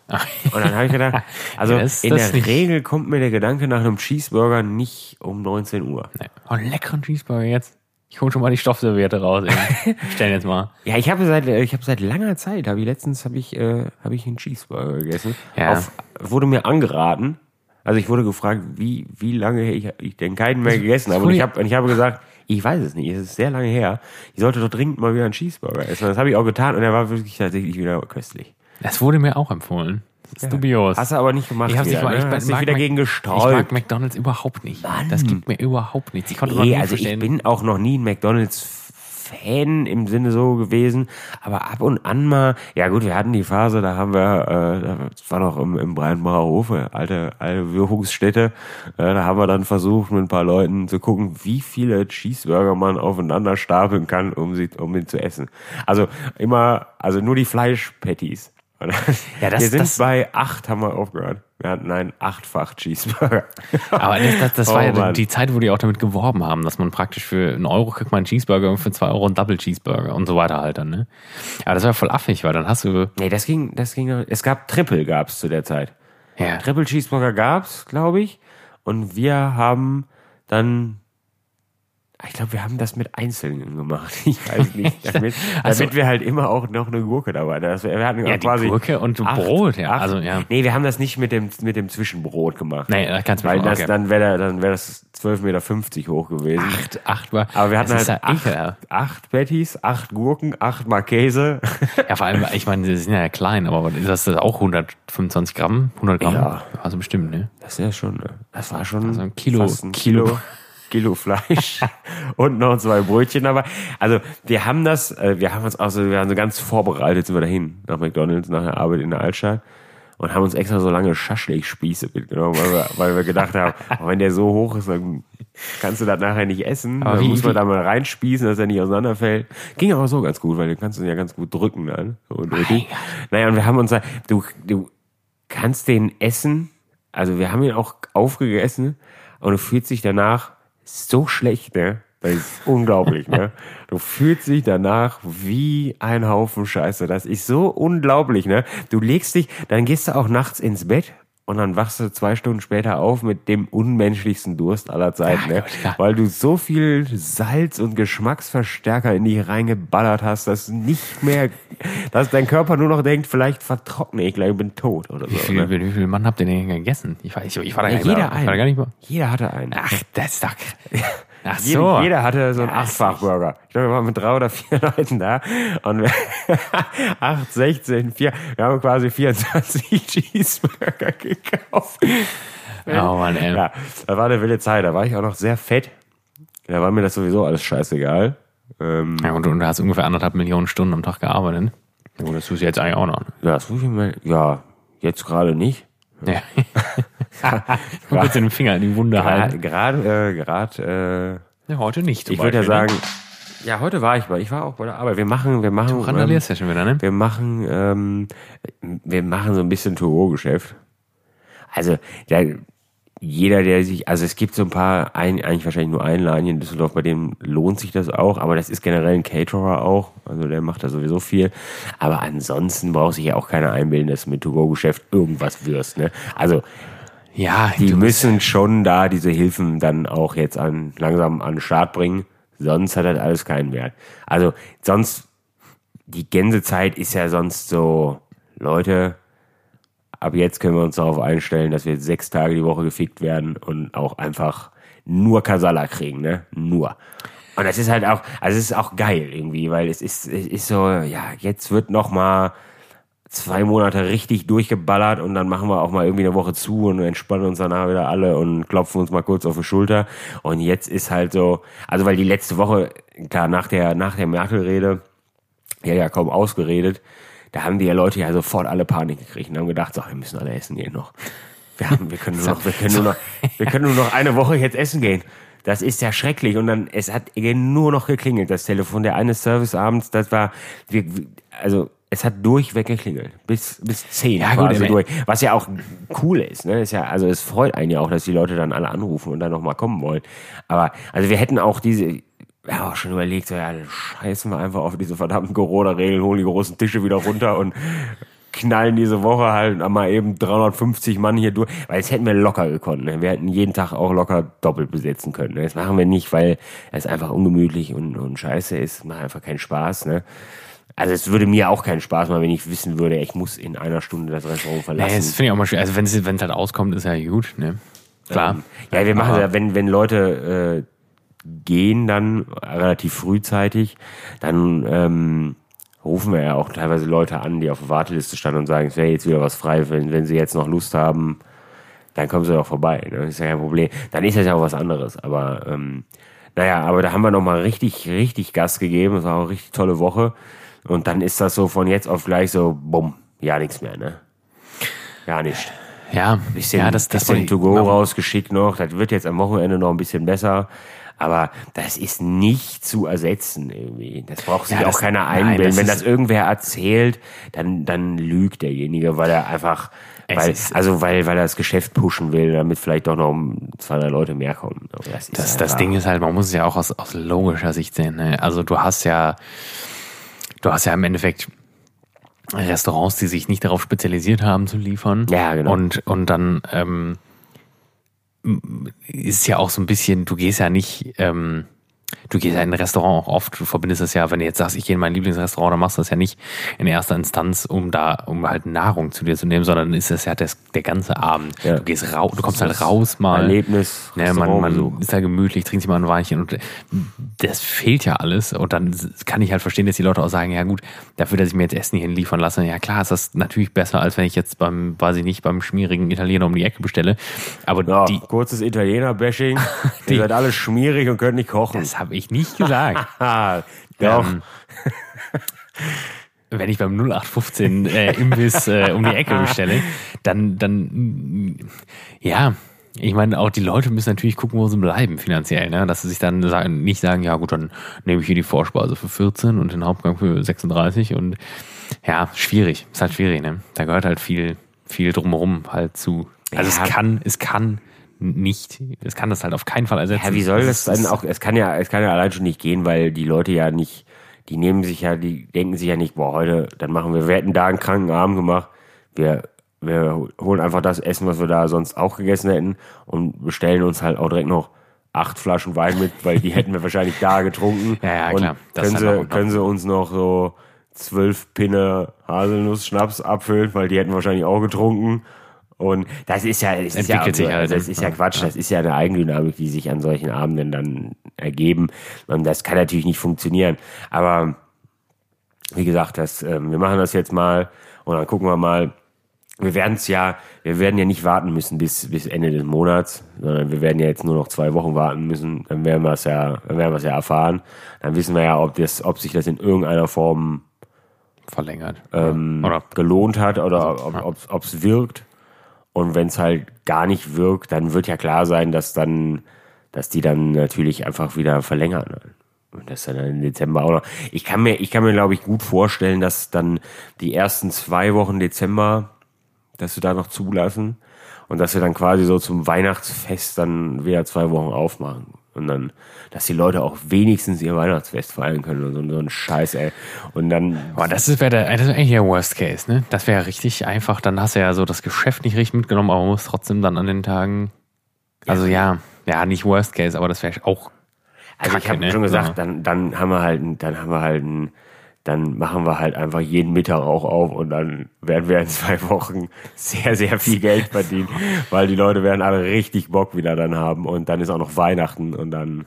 S2: Und dann habe
S1: [LAUGHS]
S2: ich gedacht, also
S1: Ah. Ja, ist
S2: in
S1: das
S2: der
S1: nicht-
S2: Regel kommt mir der Gedanke nach einem Cheeseburger nicht um 19 Uhr.
S1: Nee. Oh, einen leckeren Cheeseburger jetzt. Ich hole schon mal die Stoffserviette raus, ey. Stellen jetzt mal.
S2: Ja, ich habe seit ich habe seit langer Zeit, habe ich letztens habe ich äh, habe ich einen Cheeseburger gegessen.
S1: Ja.
S2: Auf, wurde mir angeraten. Also ich wurde gefragt, wie wie lange ich, ich denn keinen mehr gegessen habe und ich habe und ich habe gesagt, ich weiß es nicht, es ist sehr lange her. Ich sollte doch dringend mal wieder einen Cheeseburger essen. Das habe ich auch getan und er war wirklich tatsächlich wieder köstlich.
S1: Das wurde mir auch empfohlen. Das ist dubios.
S2: Hast du aber nicht gemacht.
S1: ich hab's
S2: wieder,
S1: nicht mal, ich
S2: ne? hast
S1: mag
S2: dich wieder
S1: Mac-
S2: gegen
S1: Ich
S2: gesträubt.
S1: mag McDonalds überhaupt nicht. Das gibt mir überhaupt nichts. Ich konnte noch
S2: Nee,
S1: nie
S2: also ich
S1: verstehen.
S2: bin auch noch nie ein McDonalds-Fan im Sinne so gewesen, aber ab und an mal, ja gut, wir hatten die Phase, da haben wir, äh, das war noch im, im Breitenbacher Hofe, alte, alte Wirkungsstätte, äh, da haben wir dann versucht, mit ein paar Leuten zu gucken, wie viele Cheeseburger man aufeinander stapeln kann, um sie, um ihn zu essen. Also immer, also nur die Fleischpatties. Und
S1: Ja, das-
S2: wir sind
S1: das-
S2: bei acht, haben wir aufgehört. Wir hatten einen achtfach Cheeseburger.
S1: Aber das, das, das
S2: [LAUGHS] Oh,
S1: war ja
S2: Mann.
S1: die Zeit, wo die auch damit geworben haben, dass man praktisch für einen Euro kriegt man einen Cheeseburger und für zwei Euro einen Double Cheeseburger und so weiter halt dann, ne? Aber das war voll affig, weil dann hast du.
S2: Nee, das ging, das ging noch. Es gab Triple gab's zu der Zeit.
S1: Ja,
S2: Triple Cheeseburger gab's, glaube ich. Und wir haben dann, ich glaube, wir haben das mit Einzelnen gemacht. [LAUGHS] Ich weiß nicht. Damit,
S1: Also-
S2: damit wir halt immer auch noch eine Gurke dabei hatten. Also wir hatten
S1: ja die
S2: quasi
S1: Gurke und
S2: acht-
S1: Brot, ja.
S2: acht-
S1: Also ja.
S2: Nee, wir haben das nicht mit dem, mit dem Zwischenbrot gemacht.
S1: Nee, das kannst du
S2: Weil
S1: mir
S2: das,
S1: okay.
S2: dann wäre dann wäre das 12,50 Meter hoch gewesen.
S1: acht, acht war.
S2: Aber wir hatten
S1: das
S2: halt
S1: ist ja ekelhaft.
S2: acht, acht Patties, acht Gurken, acht Mal Käse.
S1: Ja, vor allem, ich meine, die sind ja klein, aber ist das auch 125 Gramm? 100 Gramm?
S2: Ja.
S1: Also bestimmt, ne?
S2: Das ist ja schon, äh, das war schon
S1: Also ein Kilo-
S2: fast ein Kilo,
S1: [LAUGHS]
S2: Kilo Fleisch und noch zwei Brötchen. Aber also wir haben das, äh, wir haben uns auch so, wir haben so ganz vorbereitet, sind wir dahin nach McDonalds nach der Arbeit in der Altstadt und haben uns extra so lange Schaschlik-Spieße mitgenommen, weil wir, weil wir
S1: [LAUGHS]
S2: gedacht haben, oh, wenn der so hoch ist, dann kannst du das nachher nicht essen.
S1: Aber
S2: dann
S1: wie-
S2: muss man
S1: wie-
S2: da mal reinspießen, dass er nicht auseinanderfällt. Ging aber so ganz gut, weil du kannst ihn ja ganz gut drücken dann. Und naja, und wir haben uns da, du, du kannst den essen, also wir haben ihn auch aufgegessen und du fühlst dich danach so schlecht, ne? Das ist unglaublich, ne? Du fühlst dich danach wie ein Haufen Scheiße. Das ist so unglaublich, ne? Du legst dich, dann gehst du auch nachts ins Bett und dann wachst du zwei Stunden später auf mit dem unmenschlichsten Durst aller Zeiten, ne? Weil du so viel Salz und Geschmacksverstärker in dich reingeballert hast, dass nicht mehr, dass dein Körper nur noch denkt, vielleicht vertrockne ich gleich, ich bin tot oder
S1: Wie
S2: so.
S1: viel,
S2: Ne?
S1: wie viel Mann habt ihr denn gegessen? Ich, war- ich, ich war da
S2: Ja,
S1: gar nicht
S2: jeder
S1: mal- ich war da gar nicht mal.
S2: Jeder hatte einen.
S1: Ach, das ist doch. Ach
S2: Jede-
S1: so.
S2: Jeder hatte so einen
S1: Ja,
S2: Achtfach-Burger. Ich glaube, wir waren mit drei oder vier [LAUGHS] Leuten da. Und wir, [LAUGHS] acht, 16, vier. Wir haben quasi 24 [LAUGHS] Cheeseburger gekauft.
S1: Oh Mann, ey.
S2: Ja, das war eine wilde Zeit. Da war ich auch noch sehr fett. Da war mir das sowieso alles scheißegal. Ähm,
S1: Ja, und, und du hast ungefähr anderthalb Millionen Stunden am Tag gearbeitet. ne? Ja, das tust du jetzt eigentlich auch noch.
S2: ja, das muss ich mal, ja, jetzt gerade nicht.
S1: Ja. [LAUGHS] Du willst den Finger in die Wunde halten.
S2: Gerade, gerade, äh, gerade, äh,
S1: Ja, heute nicht. zum
S2: ich würde ja
S1: Beispiel, ne?
S2: sagen, ja, heute war ich mal. Ich war auch bei der Arbeit. Wir machen, wir machen.
S1: Ne?
S2: ähm,
S1: Randalier-Session wieder, ne?
S2: Wir machen, ähm, wir machen so ein bisschen To-Go-Geschäft. Also, da, jeder, der sich, also es gibt so ein paar, ein, eigentlich wahrscheinlich nur einen Laden hier in Düsseldorf, bei dem lohnt sich das auch, aber das ist generell ein Caterer auch, also der macht da sowieso viel. Aber ansonsten braucht sich ja auch keiner einbilden, dass du mit To-Go-Geschäft irgendwas wirst, ne? Also,
S1: Ja,
S2: die
S1: du-
S2: müssen schon da diese Hilfen dann auch jetzt an, langsam an den Start bringen. Sonst hat das alles keinen Wert. Also, sonst, die Gänsezeit ist ja sonst so, Leute, ab jetzt können wir uns darauf einstellen, dass wir sechs Tage die Woche gefickt werden und auch einfach nur Kasala kriegen, ne? Nur. Und das ist halt auch, also es ist auch geil irgendwie, weil es ist, es ist so, ja, jetzt wird noch mal zwei Monate richtig durchgeballert und dann machen wir auch mal irgendwie eine Woche zu und entspannen uns danach wieder alle und klopfen uns mal kurz auf die Schulter. Und jetzt ist halt so, also weil die letzte Woche, klar, nach der, nach der Merkel-Rede, ja, ja, kaum ausgeredet, da haben die ja Leute ja sofort alle Panik gekriegt und haben gedacht, so, wir müssen alle essen gehen noch. Wir, haben,
S1: [LAUGHS]
S2: wir können nur noch, wir können nur noch, wir können nur noch eine Woche jetzt essen gehen. Das ist ja schrecklich. Und dann, es hat nur noch geklingelt, das Telefon. Der eine Service abends, das war, wir, also, es hat durchweg geklingelt. Bis, bis zehn
S1: Ja, gut,
S2: quasi
S1: aber-
S2: durch. Was ja auch cool ist, ne? Ist ja, also es freut einen ja auch, dass die Leute dann alle anrufen und dann nochmal kommen wollen. Aber, also wir hätten auch diese, ja, auch schon überlegt, so, ja, dann scheißen wir einfach auf diese verdammten Corona-Regeln, holen die großen Tische wieder runter und knallen diese Woche halt mal eben 350 Mann hier durch. Weil das hätten wir locker gekonnt, ne? Wir hätten jeden Tag auch locker doppelt besetzen können. Ne? Das machen wir nicht, weil es einfach ungemütlich und, und scheiße ist. Macht einfach keinen Spaß, ne? Also es würde mir auch keinen Spaß machen, wenn ich wissen würde, ich muss in einer Stunde das Restaurant verlassen.
S1: Nee, das finde ich auch mal schön. Also, wenn es wenn's halt auskommt, ist ja gut, ne? Klar.
S2: Ja, wir machen
S1: Aber-
S2: ja, wenn, wenn Leute äh, gehen dann relativ frühzeitig, dann ähm, rufen wir ja auch teilweise Leute an, die auf der Warteliste standen und sagen, es wäre jetzt wieder was frei, wenn, wenn sie jetzt noch Lust haben, dann kommen sie doch vorbei. Ne? Ist ja kein Problem. Dann ist das ja auch was anderes. Aber ähm, naja, aber da haben wir nochmal richtig, richtig Gas gegeben. Es war auch eine richtig tolle Woche. Und dann ist das so von jetzt auf gleich so, bumm, ja nichts mehr, ne? Ja, nicht
S1: Ja,
S2: bisschen,
S1: ja, das, das
S2: bisschen
S1: wollte
S2: to
S1: ich-
S2: go rausgeschickt noch. Das wird jetzt am Wochenende noch ein bisschen besser. Aber das ist nicht zu ersetzen irgendwie. Das braucht sich
S1: Ja, das-
S2: auch keiner
S1: nein,
S2: einbilden.
S1: das
S2: Wenn
S1: ist-
S2: das irgendwer erzählt, dann, dann lügt derjenige, weil er einfach,
S1: Es
S2: weil,
S1: ist-
S2: also weil, weil er das Geschäft pushen will, damit vielleicht doch noch zwei, drei Leute mehr kommen. Aber Das, ist
S1: Das, das
S2: einfach-
S1: Ding ist halt, man muss es ja auch aus, aus logischer Sicht sehen. Ne? Also du hast ja, du hast ja im Endeffekt Restaurants, die sich nicht darauf spezialisiert haben zu liefern.
S2: Ja, genau.
S1: Und, und dann ähm, ist ja auch so ein bisschen, du gehst ja nicht, ähm, du gehst ja in ein Restaurant auch oft, du verbindest das ja, wenn du jetzt sagst, ich gehe in mein Lieblingsrestaurant, dann machst du das ja nicht in erster Instanz, um da, um halt Nahrung zu dir zu nehmen, sondern ist das ja das, der ganze Abend.
S2: Ja.
S1: Du gehst raus, du kommst halt raus mal.
S2: Erlebnis,
S1: Ne, man,
S2: Restaurantbesuch.
S1: man ist da gemütlich, trinkt sich mal ein Weinchen und das fehlt ja alles. Und dann kann ich halt verstehen, dass die Leute auch sagen, ja gut, dafür, dass ich mir jetzt Essen hier liefern lasse, ja klar, ist das natürlich besser, als wenn ich jetzt beim, weiß ich nicht, beim schmierigen Italiener um die Ecke bestelle. Aber
S2: ja,
S1: die,
S2: kurzes
S1: [LAUGHS]
S2: Italiener-Bashing. Ihr seid alles schmierig und könnt nicht kochen.
S1: das habe ich nicht gesagt.
S2: Ah, doch.
S1: wenn ich beim 0815 äh, Imbiss äh, um die Ecke bestelle, dann, dann, mm, ja. Ich meine, auch die Leute müssen natürlich gucken, wo sie bleiben finanziell, ne? Dass sie sich dann sagen, nicht sagen, ja gut, dann nehme ich hier die Vorspeise für 14 und den Hauptgang für 36 und ja, schwierig. Ist halt schwierig, ne? Da gehört halt viel, viel drumherum halt zu. Also
S2: Ja.
S1: es kann, es kann nicht. Es kann das halt auf keinen Fall ersetzen.
S2: Ja, wie soll das
S1: also ist-
S2: denn auch? Es kann ja, es kann ja allein schon nicht gehen, weil die Leute ja nicht, die nehmen sich ja, die denken sich ja nicht, boah, heute, dann machen wir, wir hätten da einen kranken Abend gemacht, wir, wir holen einfach das Essen, was wir da sonst auch gegessen hätten und bestellen uns halt auch direkt noch acht Flaschen Wein mit, weil die [LAUGHS] hätten wir wahrscheinlich da getrunken.
S1: Ja, ja, klar.
S2: Und
S1: Das
S2: können,
S1: halt auch noch.
S2: sie, können sie uns noch so zwölf Pinne Haselnuss-Schnaps abfüllen, weil die hätten wahrscheinlich auch getrunken. Und das ist ja, das ist
S1: Entwickelt
S2: ja,
S1: sich halt,
S2: Das
S1: ne?
S2: ist ja Quatsch, das ist ja eine Eigendynamik, die sich an solchen Abenden dann ergeben. Und das kann natürlich nicht funktionieren. Aber wie gesagt, das, ähm, wir machen das jetzt mal und dann gucken wir mal. Wir werden es ja, wir werden ja nicht warten müssen bis, bis Ende des Monats, sondern wir werden ja jetzt nur noch zwei Wochen warten müssen. Dann werden wir es ja, dann werden wir es ja erfahren. Dann wissen wir ja, ob das, ob sich das in irgendeiner Form
S1: verlängert.
S2: Ähm,
S1: Oder
S2: gelohnt hat oder ob es wirkt. Und wenn es halt gar nicht wirkt, dann wird ja klar sein, dass dann, dass die dann natürlich einfach wieder verlängern. Und das dann im Dezember auch noch. Ich kann mir, ich kann mir, glaube ich, gut vorstellen, dass dann die ersten zwei Wochen Dezember, dass wir da noch zulassen und dass wir dann quasi so zum Weihnachtsfest dann wieder zwei Wochen aufmachen. Und dann, dass die Leute auch wenigstens ihr Weihnachtsfest feiern können und so, so ein Scheiß, ey. Und dann
S1: Boah, das ist- wäre der, das wäre eigentlich der Worst Case, ne? Das wäre ja richtig einfach. Dann hast du ja so das Geschäft nicht richtig mitgenommen, aber musst trotzdem dann an den Tagen. Also ja, ja, nicht Worst Case, aber das wäre auch.
S2: Also ich
S1: Kacke,
S2: habe
S1: ne?
S2: schon gesagt,
S1: Ja.
S2: dann, dann haben wir halt, ein- dann haben wir halt, ein- dann machen wir halt einfach jeden Mittag auch auf und dann werden wir in zwei Wochen [LAUGHS] sehr, sehr viel Geld verdienen, weil die Leute werden alle richtig Bock wieder dann haben und dann ist auch noch Weihnachten und dann,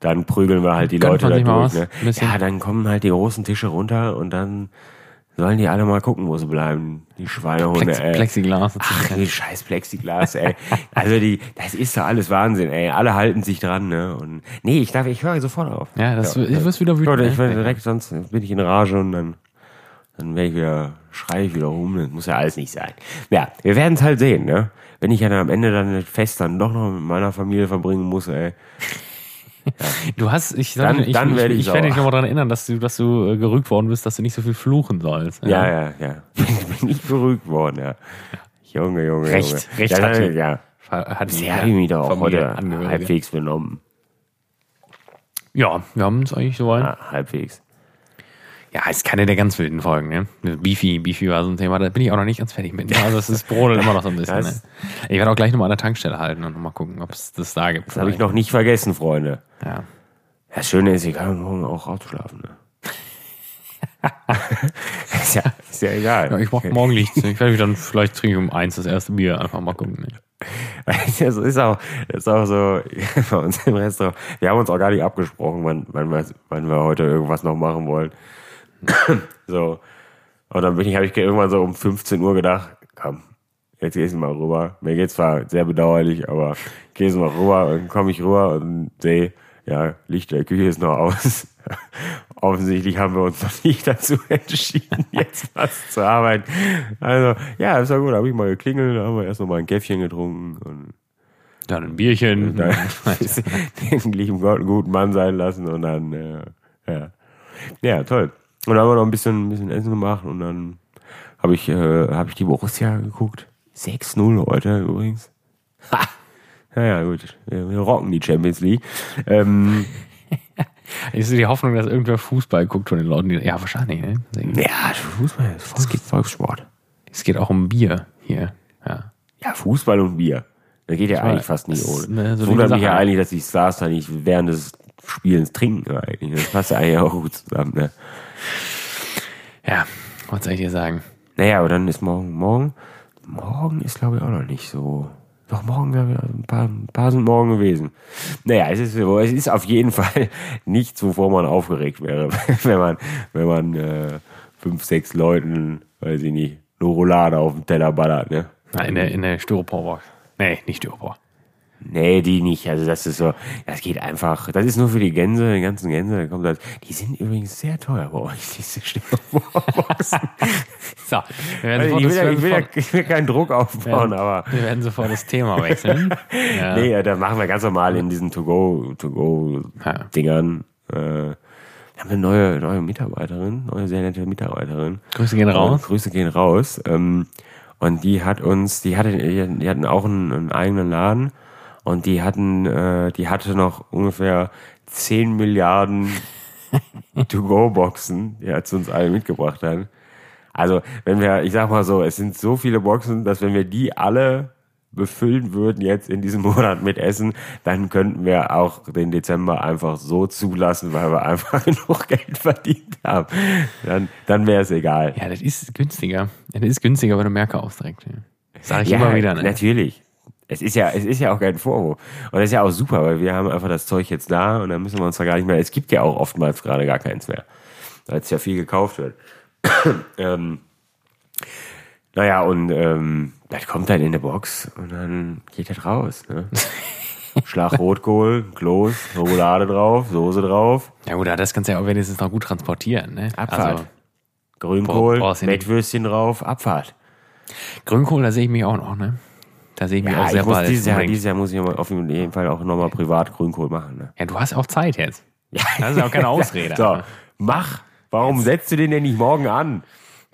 S2: dann prügeln wir halt die
S1: Gönnt
S2: Leute
S1: man
S2: da
S1: sich mal
S2: durch.
S1: was?
S2: Ne?
S1: Ein bisschen.
S2: Ja, dann kommen halt die großen Tische runter und dann sollen die alle mal gucken, wo sie bleiben. Die Schweinehunde,
S1: Plex,
S2: ey.
S1: Plexiglas.
S2: äh, Ach, die scheiß Plexiglas, ey. Also die, das ist doch alles Wahnsinn, ey. Alle halten sich dran, ne? Und nee, ich darf, ich höre sofort auf.
S1: Ja, das, ich wirst wieder wütend.
S2: Leute, ich werde
S1: ne?
S2: direkt, sonst bin ich in Rage und dann, dann werde ich wieder, schreie ich wieder rum. Das muss ja alles nicht sein. Ja, wir werden es halt sehen, ne? Wenn ich ja dann am Ende dann das Fest dann doch noch mit meiner Familie verbringen muss, ey.
S1: Du hast, ich, sag
S2: Dann-
S1: dir, ich,
S2: dann werde
S1: ich,
S2: ich
S1: ich werde dich
S2: sauer.
S1: nochmal daran erinnern, dass du, dass du äh, gerügt worden bist, dass du nicht so viel fluchen sollst.
S2: Ja, ja, ja. [LAUGHS] bin ich berühmt worden, ja. Junge, Junge,
S1: Recht,
S2: Junge.
S1: recht
S2: ja,
S1: hat
S2: ja,
S1: die-
S2: ja.
S1: Hat
S2: Ja, hab ich mich doch auch heute
S1: Familienangehörige.
S2: halbwegs benommen.
S1: Ja, wir haben uns eigentlich so weit.
S2: Ah, halbwegs.
S1: Ja, ist keine der ganz wilden Folgen, ne? Beefy, Beefy war so ein Thema, da bin ich auch noch nicht ganz fertig mit. Also es ist brodelt immer noch so ein bisschen, ne?
S2: Das-
S1: Ich werde auch gleich nochmal an der Tankstelle halten und nochmal gucken, ob es das da gibt.
S2: Das habe ich noch nicht vergessen, Freunde.
S1: Ja.
S2: Das Schöne ist, ich kann morgen auch ausschlafen. Ne? ist, ja, ist ja
S1: [LAUGHS]
S2: egal.
S1: Ja, ich mach
S2: [LAUGHS]
S1: morgen nichts. ne? Ich werde mich dann vielleicht trinke ich um eins das erste Bier. Einfach mal gucken. ne?
S2: Das ist auch, das ist auch so [LAUGHS] bei uns im Restaurant. Wir haben uns auch gar nicht abgesprochen, wann, wann, wir, wann wir heute irgendwas noch machen wollen. [CLEARS THROAT] so. Und dann bin ich, habe ich irgendwann so um 15 Uhr gedacht, komm, jetzt gehst du mal rüber. Mir geht's zwar sehr bedauerlich, aber gehst du mal rüber und komme ich rüber und sehe, ja, Licht der Küche ist noch aus. [LAUGHS] Offensichtlich haben wir uns noch nicht dazu [LAUGHS] entschieden, jetzt was zu arbeiten. Also, ja, ist ja gut, habe ich mal geklingelt, da haben wir erst noch mal ein Käffchen getrunken und
S1: Dann ein Bierchen.
S2: dann [LAUGHS] den lieben Gott einen guten Mann sein lassen und dann, äh, ja. Ja, toll. Und dann haben wir noch ein bisschen, ein bisschen Essen gemacht und dann habe ich, äh, hab ich die Borussia geguckt. 6-0 heute übrigens. Ha! Naja, gut. Wir wir rocken die Champions League. Ähm,
S1: [LAUGHS] Ist die Hoffnung, dass irgendwer Fußball guckt von den Leuten? Die, ja, wahrscheinlich. Ne?
S2: ja, Fußball ist Volks Volkssport.
S1: Es geht auch um Bier hier. Ja.
S2: Ja, Fußball und Bier. Da geht ja eigentlich fast nie
S1: das ist
S2: ohne.
S1: eine
S2: Es
S1: solide
S2: wundert mich
S1: Sache.
S2: ja eigentlich, dass die Stars da nicht während des Spielens trinken eigentlich. Das passt ja eigentlich auch gut zusammen, ne?
S1: ja, was soll ich dir sagen?
S2: Naja, aber dann ist morgen, morgen, morgen ist glaube ich auch noch nicht so. Doch morgen, glaube ich, ein paar, ein paar sind morgen gewesen. Naja, es ist, es ist auf jeden [LAUGHS] Fall nichts, wovor man aufgeregt wäre, [LAUGHS] wenn man, wenn man äh, fünf, sechs Leuten, weiß ich nicht, eine Roulade auf dem Teller ballert, ne?
S1: Na, in der, in der Styroporbox. Nee, nicht Styropor.
S2: Nee, die nicht. Also das ist so, das geht einfach. Das ist nur für die Gänse, die ganzen Gänse. da Kommt das, die sind übrigens sehr teuer bei euch, diese [LAUGHS] Also, Stimmbomben.
S1: So, wir werden,
S2: Also
S1: sofort
S2: ich, will
S1: das,
S2: ja, ich, will ja,
S1: sofort,
S2: ich will keinen Druck aufbauen, aber
S1: wir werden sofort das Thema wechseln. ja.
S2: Nee, äh, da machen wir ganz normal in diesen
S1: Ja.
S2: To-Go-Dingern. äh, wir haben eine neue, neue Mitarbeiterin, neue sehr nette Mitarbeiterin.
S1: Grüße gehen raus.
S2: Und [LAUGHS] Äh, Grüße gehen raus. Ähm, und die hat uns, die hatte, die hatten auch einen, einen eigenen Laden Und die hatten, äh, die hatte noch ungefähr 10 Milliarden
S1: [LAUGHS]
S2: To-Go-Boxen, die hat sie uns alle mitgebracht dann. Also, wenn wir, ich sag mal so, es sind so viele Boxen, dass wenn wir die alle befüllen würden jetzt in diesem [LAUGHS] Monat mit Essen, dann könnten wir auch den Dezember einfach so zulassen, weil wir [LAUGHS] einfach genug Geld verdient haben. Dann, dann wäre es egal.
S1: Ja, das ist günstiger. Ja, das ist günstiger, wenn du Merke aufträgst. Sag ich immer wieder. Ne?
S2: Natürlich. Es ist ja, es ist ja auch kein Vorwurf. Und das ist ja auch super, weil wir haben einfach das Zeug jetzt da und dann müssen wir uns da gar nicht mehr. Es gibt ja auch oftmals gerade gar keins mehr, weil es ja viel gekauft wird. [CLEARS THROAT] ähm, naja, und ähm, das kommt dann in eine Box und dann geht das raus.
S1: [LAUGHS]
S2: Ne? Schlag Rotkohl, Kloß, Schokolade drauf, Soße drauf,
S1: Ja gut, aber das kannst du ja auch wenigstens noch gut transportieren. Ne?
S2: Abfahrt.
S1: Also,
S2: Grünkohl,
S1: Bra- brauchst du nicht.
S2: Mettwürstchen drauf, Abfahrt.
S1: Grünkohl, da sehe ich mich auch noch. Ne? Da sehe ich mich auch
S2: Ja,
S1: sehr
S2: ich muss
S1: bald.
S2: dieses, Jahr,
S1: unbedingt.
S2: dieses Jahr muss ich auf jeden Fall auch nochmal privat Grünkohl machen. Ne?
S1: ja, du hast auch Zeit jetzt.
S2: [LAUGHS]
S1: Das ist auch keine Ausrede.
S2: So, mach. Warum setzt du den denn nicht morgen an?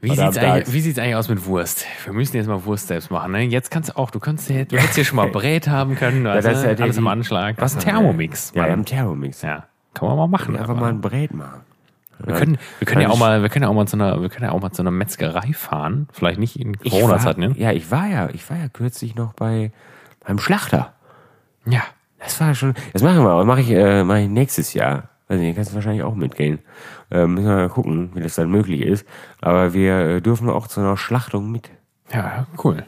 S1: Wie
S2: Oder am
S1: sieht's, eigentlich,
S2: Tag.
S1: wie sieht's eigentlich aus mit Wurst? Wir müssen jetzt mal Wurst selbst machen. Ne? Jetzt kannst du auch, du kannst hier, du hättest hier schon
S2: [LAUGHS]
S1: mal Brät haben können, also,
S2: das ist ja die-
S1: alles im Anschlag. Was ein Thermomix.
S2: Ja, wir haben
S1: Mann.
S2: Thermomix.
S1: ja, kann man mal machen. ne?
S2: Einfach
S1: aber.
S2: mal ein Brät machen.
S1: wir können, wir können ja auch mal, wir können ja auch mal zu einer, wir können ja auch mal zu einer Metzgerei fahren. Vielleicht nicht in Corona-Zeit, ne?
S2: Ja, ich war ja, ich war ja kürzlich noch bei beim Schlachter.
S1: Ja.
S2: Das war schon. Das machen wir, aber mache ich, äh, mach ich nächstes Jahr. Also hier kannst du wahrscheinlich auch mitgehen. Äh, müssen wir mal gucken, wie das dann möglich ist. Aber wir äh, dürfen auch zu einer Schlachtung mit. [LAUGHS]
S1: Ja, cool.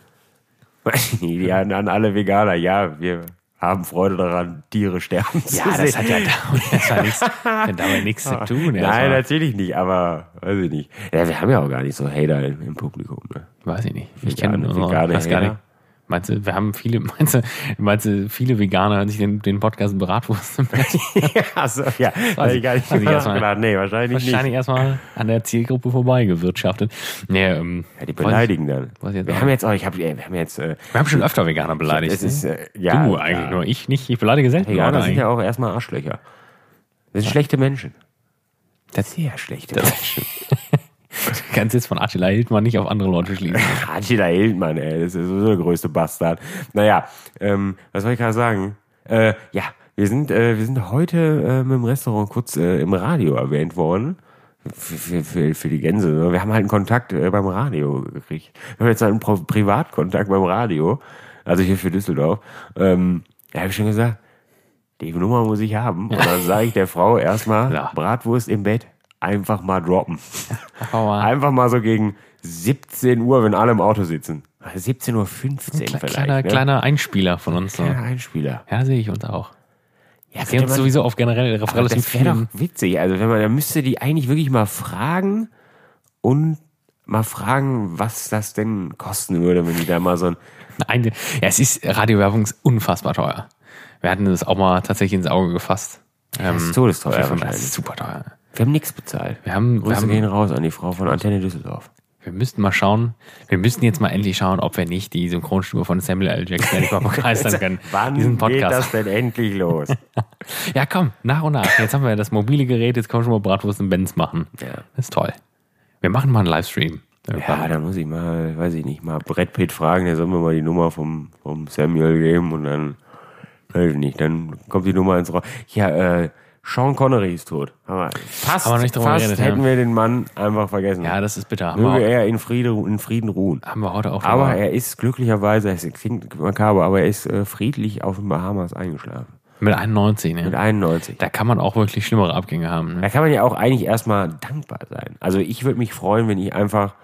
S2: Weiß ich nicht, die an, an alle Veganer, ja, wir haben Freude daran, Tiere sterben zu
S1: Ja, das
S2: sehen.
S1: hat
S2: [LAUGHS]
S1: ja damit, das hat nichts, hat damit nichts zu tun.
S2: Ah, Nein,
S1: erstmal.
S2: natürlich nicht, aber weiß ich nicht. Ja, wir haben ja auch gar nicht so Hater im, im Publikum.
S1: [LAUGHS]
S2: Ne?
S1: weiß ich nicht. Ich
S2: Vegane-
S1: kenne unsere-
S2: vegane
S1: weiß gar
S2: Hähner.
S1: nicht. Meinst du, wir haben viele, [LAUGHS] meinst du, meinst du viele Veganer hören sich den, den Podcast
S2: [LAUGHS]
S1: Bratwurst im
S2: ja, so, ja. Weiß ich gar nicht.
S1: weiß ich erstmal.
S2: nachgedacht. Nee, wahrscheinlich,
S1: wahrscheinlich
S2: nicht.
S1: erstmal an der Zielgruppe vorbeigewirtschaftet. Nee, ähm,
S2: Ja,
S1: weiß
S2: die
S1: ich-
S2: beleidigen dann.
S1: weiß ich jetzt auch
S2: wir haben jetzt auch, ich hab, ey, wir haben jetzt, äh,
S1: Wir haben schon öfter Veganer beleidigt.
S2: es ist,
S1: ne?
S2: äh, ja.
S1: du
S2: ja.
S1: eigentlich nur, ich nicht. Ich beleidige selten
S2: Veganer
S1: Leute
S2: sind
S1: eigentlich.
S2: ja auch erstmal Arschlöcher. Das sind schlechte Menschen. Das sind ja schlechte Menschen.
S1: [LAUGHS] Du kannst jetzt von Attila Hildmann nicht auf andere Leute schließen.
S2: [LAUGHS] Attila Hildmann, ey, das ist sowieso der größte Bastard. Naja, ähm, was soll ich gerade sagen? Äh, ja, wir sind, äh, wir sind heute äh, mit dem Restaurant kurz äh, im Radio erwähnt worden. Für, für, für, für die Gänse. Ne? Wir haben halt einen Kontakt äh, beim Radio gekriegt. Wir haben jetzt halt einen Pro Privatkontakt beim Radio. Also hier für Düsseldorf. Ähm, da habe ich schon gesagt, die Nummer muss ich haben. Und dann sage ich der Frau erstmal,
S1: Ja.
S2: Bratwurst im Bett, einfach mal droppen.
S1: Aua.
S2: Einfach mal so gegen 17 Uhr, wenn alle im Auto sitzen. 17.15 Uhr 15 vielleicht.
S1: Kleiner,
S2: ne?
S1: kleiner Einspieler von uns. So.
S2: Kleiner Einspieler.
S1: Ja, sehe ich uns auch.
S2: Ja,
S1: Sie haben sowieso auf generell auf relativ
S2: das wäre
S1: vielen.
S2: doch witzig. Also wenn man, da müsste die eigentlich wirklich mal fragen und mal fragen, was das denn kosten würde, wenn die da mal so ein.
S1: Ein, ja, es ist, Radiowerbung ist unfassbar teuer. Wir hatten das auch mal tatsächlich ins Auge gefasst. Ähm,
S2: Das ist todesteuer
S1: wir fanden, das
S2: wahrscheinlich.
S1: ist super teuer.
S2: Wir haben nichts bezahlt.
S1: Wir haben, wir
S2: Grüße
S1: haben
S2: gehen raus an die Frau von Antenne Düsseldorf.
S1: Wir müssten mal schauen, wir müssten jetzt mal endlich schauen, ob wir nicht die Synchronstimme von Samuel L. Jackson
S2: [LAUGHS]
S1: endlich mal begeistern können.
S2: Wann
S1: diesen
S2: geht
S1: Podcast.
S2: das denn endlich los?
S1: [LAUGHS] Ja, komm, nach und nach. Jetzt haben wir das mobile Gerät, jetzt können wir schon mal Bratwurst und Benz machen.
S2: Ja.
S1: Das ist toll. Wir machen mal einen Livestream.
S2: Ja, da muss ich mal, weiß ich nicht, mal Brett Pitt fragen, der soll mir mal die Nummer vom, vom Samuel geben und dann, weiß ich nicht, dann kommt die Nummer ins Rohr. Ja, äh, Sean Connery ist tot. Aber fast,
S1: Haben wir nicht drüber
S2: fast
S1: geredet,
S2: hätten
S1: ja.
S2: wir den Mann einfach vergessen.
S1: Ja, das ist bitter. Haben,
S2: Möge
S1: wir,
S2: er in, Friede, in Frieden ruhen.
S1: haben wir heute auch schon
S2: Aber
S1: mal.
S2: er ist glücklicherweise, es klingt makaber, aber er ist äh, friedlich auf den Bahamas eingeschlafen.
S1: mit 91,
S2: Mit
S1: ne?
S2: 91.
S1: Da kann man auch wirklich schlimmere Abgänge haben. Ne?
S2: Da kann man ja auch eigentlich erstmal dankbar sein. Also ich würde mich freuen, wenn ich einfach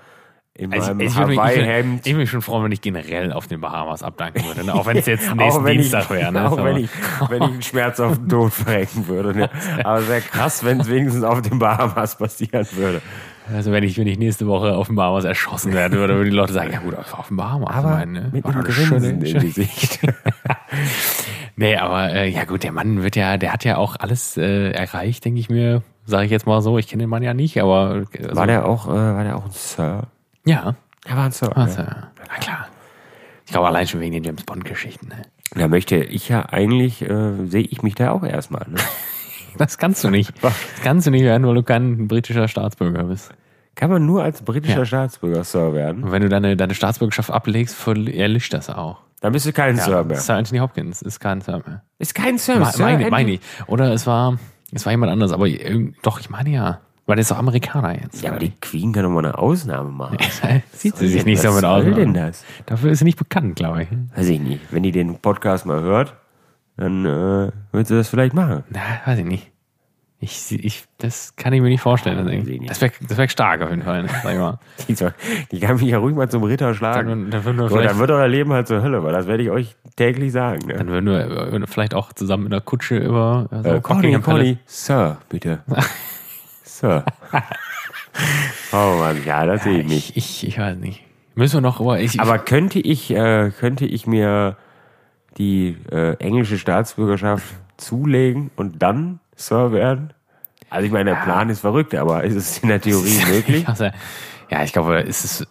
S2: in
S1: Also,
S2: meinem
S1: ich würde mich, ich würde-
S2: Hawaii-Hemd
S1: ich würde mich schon freuen, wenn ich generell auf den Bahamas abdanken würde. Ne? Auch wenn es jetzt
S2: [LAUGHS] Auch
S1: nächsten
S2: wenn
S1: Dienstag
S2: ich,
S1: wäre. Ne?
S2: [LAUGHS] Auch wenn
S1: Aber-
S2: ich, wenn ich einen Schmerz auf den Tod verrecken würde. Ne? Aber es wäre krass, wenn es wenigstens auf den Bahamas passieren würde.
S1: Also wenn ich, wenn ich nächste Woche auf den Bahamas erschossen werden würde, würden die Leute sagen, ja gut, auf auf den Bahamas. ich meine, ne?
S2: mit
S1: War
S2: einem
S1: doch eine schöne-
S2: Grinsen im
S1: schöne-
S2: Gesicht.
S1: Nee, aber äh, ja gut, der Mann wird ja, der hat ja auch alles äh, erreicht, denke ich mir, sage ich jetzt mal so. Ich kenne den Mann ja nicht, aber äh, also,
S2: [LAUGHS] War der auch, äh, war der auch ein Sir?
S1: ja.
S2: Er war ein Sir.
S1: Also,
S2: ja.
S1: na klar. Ich glaube allein schon wegen den James Bond-Geschichten. Ne?
S2: Da möchte ich ja eigentlich, äh, sehe ich mich da auch erstmal. Ne?
S1: Das kannst du nicht. Das kannst du nicht werden, weil du kein britischer Staatsbürger bist.
S2: Kann man nur als britischer
S1: Ja.
S2: Staatsbürger Sir werden?
S1: Und wenn du deine, deine Staatsbürgerschaft ablegst, verli- erlischt das auch.
S2: Dann bist du kein Sir mehr.
S1: Sir Anthony Hopkins ist kein Sir mehr.
S2: Ist kein Sir.
S1: Me-
S2: Sir
S1: meine,
S2: Andy-
S1: meine ich. Oder es war, es war jemand anders, aber irgend- doch, ich meine ja. Weil der ist doch Amerikaner jetzt.
S2: Ja, aber die Queen kann doch mal eine Ausnahme machen.
S1: [LAUGHS] Sieht sie sich nicht
S2: Was
S1: damit aus.
S2: soll denn das?
S1: Dafür ist sie nicht bekannt, glaube ich.
S2: Weiß ich nicht. Wenn die den Podcast mal hört, dann äh, wird sie das vielleicht machen. [LAUGHS]
S1: Na, weiß ich nicht. Ich, ich, das kann ich mir nicht vorstellen.
S2: ich
S1: Deswegen.
S2: nicht.
S1: Das wäre das wär stark auf jeden Fall. Sag ich mal.
S2: Die, soll, die kann mich ja ruhig mal zum Ritter schlagen.
S1: Dann, dann würden wir
S2: So,
S1: vielleicht,
S2: dann wird euer Leben halt zur Hölle, weil das werde ich euch täglich sagen. Ne?
S1: dann würden wir äh, vielleicht auch zusammen in der Kutsche über äh, so
S2: Äh, Conny,
S1: Buckingham Palace-
S2: Conny, Sir, bitte. [LAUGHS] Sir. oh Mann, ja, das sehe ich nicht.
S1: Ich, ich, ich weiß nicht. Müssen wir noch, aber ich, [LAUGHS]
S2: Aber könnte ich, äh, könnte ich mir die äh, englische Staatsbürgerschaft zulegen und dann Sir werden? Also ich meine, der Plan ist verrückt, aber ist es in der [LAUGHS] Theorie möglich?
S1: Also, ja, ich glaube, es ist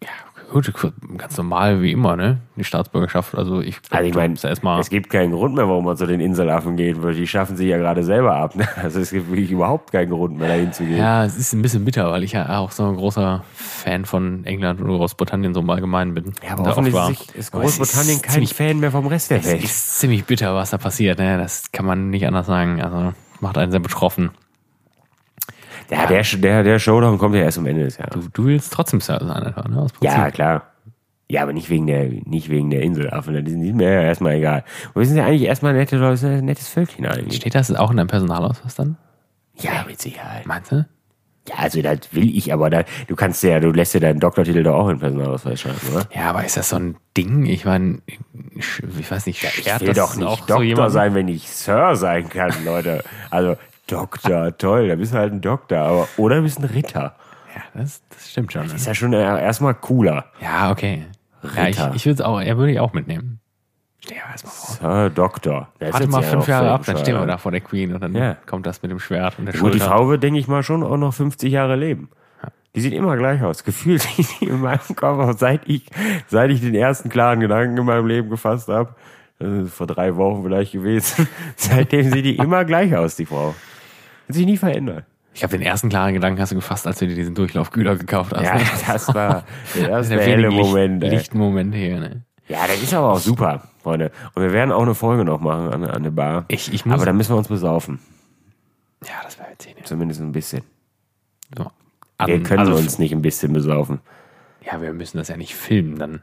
S1: ja, gut, ganz normal wie immer, ne? Die Staatsbürgerschaft. Also ich,
S2: Also ich meine,
S1: ist erstmal.
S2: es gibt keinen Grund mehr, warum man zu den Inselaffen geht, weil die schaffen sich ja gerade selber ab. [LAUGHS] Ne? Also es gibt wirklich überhaupt keinen Grund mehr, dahin zu gehen.
S1: Ja, es ist ein bisschen bitter, weil ich ja auch so ein großer Fan von England und Großbritannien so im Allgemeinen bin.
S2: Ja, aber
S1: Da
S2: hoffentlich
S1: oft war.
S2: ist, ist
S1: Aber es
S2: Großbritannien
S1: ist
S2: kein
S1: ziemlich,
S2: Fan mehr vom Rest der
S1: es
S2: Welt.
S1: ist ziemlich bitter, was da passiert. Ne? Das kann man nicht anders sagen. Also macht einen sehr betroffen.
S2: Ja, der, der, der Showdown kommt ja erst am Ende des Jahres.
S1: Du, du willst trotzdem Sir sein, einfach, ne? Aus
S2: Ja,
S1: Prinzip.
S2: klar. Ja, aber nicht wegen der, nicht wegen der Inselaffen. Die sind mir ja erstmal egal. Und wir sind ja eigentlich erstmal nette Leute, ein nettes Völkchen eigentlich.
S1: Steht das auch in deinem Personalausweis dann?
S2: Ja, mit Sicherheit.
S1: Meinst du?
S2: Ja, also das will ich, aber da, du kannst ja, du lässt ja deinen Doktortitel doch auch in Personalausweis schreiben, oder?
S1: Ja, aber ist das so ein Ding? Ich meine, ich ich weiß nicht,
S2: Ich
S1: schert
S2: will
S1: das
S2: doch nicht
S1: auch so
S2: Doktor
S1: jemanden?
S2: sein, wenn ich Sir sein kann, Leute. Also Doktor, toll, da bist du halt ein Doktor, aber oder du bist ein Ritter.
S1: Ja, das, das stimmt schon. Ne?
S2: Ist ja schon äh, erstmal cooler.
S1: Ja, okay. Ja, ich,
S2: Ritter.
S1: ich würde auch, er würde ich auch mitnehmen. Steh aber erstmal vor.
S2: Sir, Doktor. Das ist
S1: Warte
S2: jetzt
S1: mal
S2: ja
S1: fünf
S2: auch
S1: Jahre
S2: völlig
S1: ab, dann stehen wir
S2: bescheuert.
S1: da vor der Queen und dann
S2: Ja.
S1: kommt das mit dem Schwert und der
S2: Gut, die
S1: Schulter.
S2: Frau wird, denke ich mal, schon auch noch 50 Jahre leben. Die sieht immer gleich aus. Gefühlt [LAUGHS] sieht die in meinem Kopf aus, seit ich, seit ich den ersten klaren Gedanken in meinem Leben gefasst habe. Das ist vor drei Wochen vielleicht gewesen. [LAUGHS] Seitdem sieht die immer gleich aus, die Frau. Hat sich nie verändert.
S1: Ich habe den ersten klaren Gedanken hast du gefasst, als du dir diesen Durchlauf Güler gekauft hast.
S2: Ja,
S1: ne? [LAUGHS]
S2: das war der
S1: Das ist
S2: erste
S1: der
S2: helle
S1: wenige Licht-
S2: Moment. ey.
S1: lichten Moment hier. Ne?
S2: Ja, das ist aber auch super, Freunde. Und wir werden auch eine Folge noch machen an, an der Bar.
S1: Ich, ich muss.
S2: aber da müssen wir uns besaufen.
S1: ja, das wäre jetzt hier nicht.
S2: Zumindest ein bisschen.
S1: So.
S2: Wir
S1: An-
S2: können
S1: also,
S2: uns nicht ein bisschen besaufen.
S1: Ja, wir müssen das ja nicht filmen dann.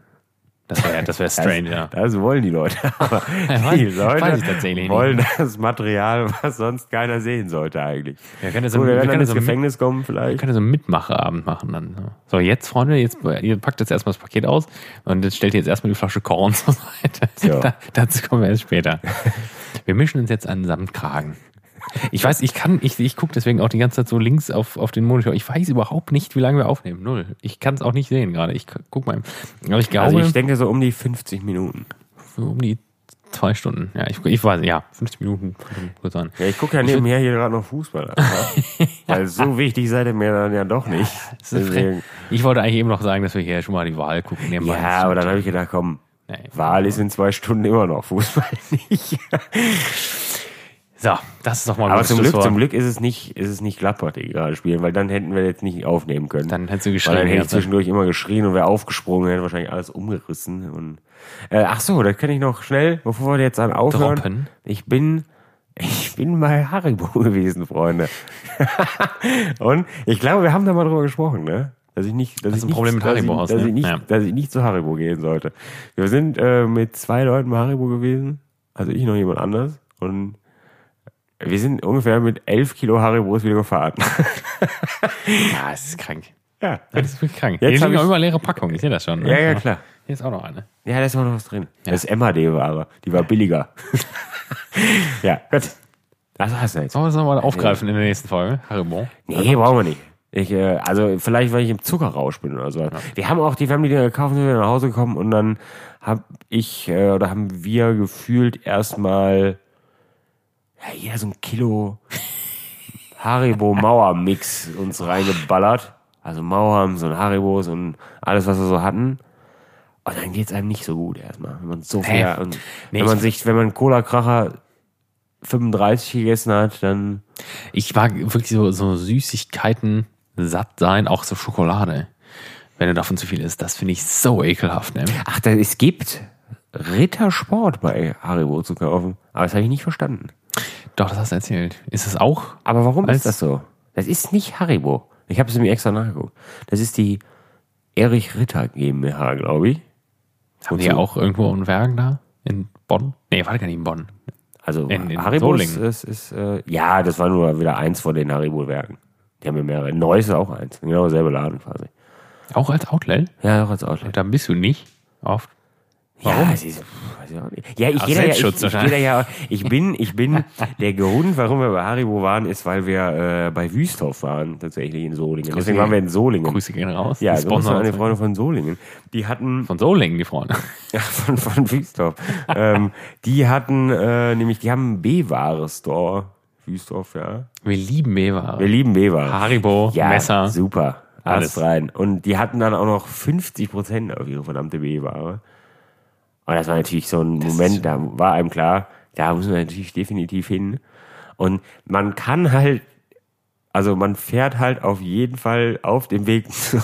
S1: Das wäre das wär strange, ja.
S2: [LAUGHS] Das wollen die Leute. [LAUGHS] Aber
S1: weiß-
S2: die
S1: das
S2: Leute
S1: weiß ich tatsächlich nicht.
S2: wollen das Material, was sonst keiner sehen sollte eigentlich.
S1: Wir können das
S2: Gut, wir
S1: wir
S2: werden dann
S1: können
S2: ins
S1: das im-
S2: Gefängnis kommen
S1: Wir
S2: vielleicht.
S1: können so einen Mitmacherabend machen dann. ne? So, jetzt, Freunde, jetzt, ihr packt jetzt erstmal das Paket aus und jetzt stellt ihr jetzt erstmal die Flasche Korn [LAUGHS] zur Seite.
S2: So.
S1: Da, dazu kommen wir erst später. Wir mischen uns jetzt einen Samtkragen. Ich weiß, ich kann, ich, ich gucke deswegen auch die ganze Zeit so links auf, auf den Monitor. Ich weiß überhaupt nicht, wie lange wir aufnehmen. Null. Ich kann es auch nicht sehen gerade. Ich guck mal. Aber ich glaube,
S2: Also ich denke so um die 50 Minuten.
S1: um die zwei Stunden. Ja, ich, ich weiß, ja, 50 Minuten. könnten Gut sein.
S2: Ja, ich gucke
S1: Also
S2: ja nebenher hier gerade noch Fußball an.
S1: [LAUGHS]
S2: ja. Weil so wichtig seid ihr mir dann ja doch nicht.
S1: Das ist frech.
S2: Deswegen,
S1: Ich wollte eigentlich eben noch sagen, dass wir hier schon mal die Wahl gucken. nebenbei.
S2: ja, aber dann habe ich gedacht, komm,
S1: Nee.
S2: Wahl ist in zwei Stunden immer
S1: [LAUGHS]
S2: noch, Fußball nicht.
S1: So, das ist doch mal ein
S2: Aber
S1: gutes
S2: zum Glück,
S1: Schlusswort.
S2: zum Glück ist es nicht, ist es nicht Gladbach, die gerade spielen, weil dann hätten wir jetzt nicht aufnehmen können.
S1: Dann hättest du
S2: Weil dann
S1: geschrieben.
S2: hätte ich
S1: ja.
S2: zwischendurch immer geschrien und wäre aufgesprungen, hätte wahrscheinlich alles umgerissen. Und, äh, ach so, das kann ich noch schnell, bevor wir jetzt dann aufhören.
S1: Droppen.
S2: Ich bin, ich bin mal Haribo [LAUGHS] gewesen, Freunde. [LAUGHS] und ich glaube, wir haben da mal drüber gesprochen, ne? Dass ich nicht, dass
S1: du
S2: ich
S1: ein
S2: nicht,
S1: Problem mit
S2: dass
S1: Haribo
S2: ich,
S1: hast,
S2: dass
S1: ne?
S2: ich nicht,
S1: Ja.
S2: dass ich nicht zu Haribo gehen sollte. Wir sind äh, mit zwei Leuten bei Haribo gewesen, also ich noch jemand anders und wir sind ungefähr mit elf Kilo Haribos wieder gefahren. [LAUGHS] Ah,
S1: Ja, es ist krank.
S2: ja.
S1: Das ist wirklich krank.
S2: Jetzt
S1: Jetzt Hier
S2: hab
S1: liegen auch
S2: ich-
S1: immer leere Packungen. Ich sehe das schon. ne?
S2: ja, ja, klar.
S1: Hier ist auch noch eine.
S2: Ja, da ist auch noch was drin. Das ist MHD-Ware. Die war billiger. ja, gut. Das war's jetzt.
S1: Sollen wir das nochmal aufgreifen in der nächsten Folge? Haribo.
S2: Nee, brauchen wir nicht. Ich, äh, also vielleicht, weil ich im Zuckerrausch bin oder so. Wir haben auch die Family die wir gekauft, sind wir nach Hause gekommen und dann hab ich äh, oder haben wir gefühlt erstmal ja, jeder so ein
S1: [LAUGHS]
S2: Kilo Haribo Mauer Mix uns reingeballert. Also Mauerms und Haribos und alles, was wir so hatten. Und dann geht's einem nicht so gut erstmal, wenn man so viel
S1: Nee.
S2: und
S1: Nee,
S2: wenn man
S1: ich-
S2: sich, wenn man Cola Kracher 35 gegessen hat, dann
S1: Ich war wirklich so, so Süßigkeiten satt sein, auch so Schokolade. wenn du davon zu viel isst. Das finde ich so ekelhaft. Ne?
S2: Ach, da, es gibt Rittersport bei Haribo zu kaufen. Aber das habe ich nicht verstanden.
S1: Doch, das hast du erzählt. Ist es auch?
S2: Aber warum
S1: Als-
S2: ist das so? Das ist nicht Haribo. Ich habe es mir extra nachgeguckt. Das ist die Erich Ritter GmbH, glaube ich.
S1: Haben die ja auch irgendwo ein Werk da? In Bonn? Nee, war gar nicht in Bonn.
S2: Also
S1: In- in
S2: Haribo ist,
S1: Solingen.
S2: ist, ist äh, ja, das war nur wieder eins von den Haribo-Werken. Die haben ja mehrere. Neues ist auch eins. Genau derselbe Laden quasi.
S1: Auch als Outlet?
S2: Ja, auch als Outlet.
S1: Da bist du nicht oft. Warum?
S2: Ja, es ist, pff, weiß ich auch nicht. ja ich,
S1: Aus
S2: gehe da ja, ich, ich,
S1: Selbstschutz
S2: gehe da
S1: wahrscheinlich.
S2: ja, ich
S1: [LAUGHS]
S2: bin, ich bin, der Grund, warum wir bei Haribo waren, ist, weil wir äh, bei Wüsthof waren, tatsächlich in Solingen. Deswegen waren wir in Solingen.
S1: Grüße gehen raus.
S2: Ja,
S1: Die
S2: Sponsor an die
S1: uns.
S2: Freunde von Solingen. Die hatten, [LAUGHS]
S1: Von Solingen, die Freunde.
S2: ja, von, von Wiesdorf. ähm, die hatten, äh, nämlich, die haben einen B-Ware-Store. Wiesdorf, ja.
S1: Wir lieben
S2: Wir
S1: Mewa.
S2: lieben B-Ware.
S1: Haribo,
S2: Ja,
S1: Messer.
S2: super. Alles
S1: Alles.
S2: rein. Und die hatten dann auch noch 50% auf ihre verdammte B-Ware. Und das war natürlich so ein Moment, da war einem klar, da müssen wir natürlich definitiv hin. Und man kann halt, also man fährt halt auf jeden Fall auf dem Weg [LAUGHS] zu,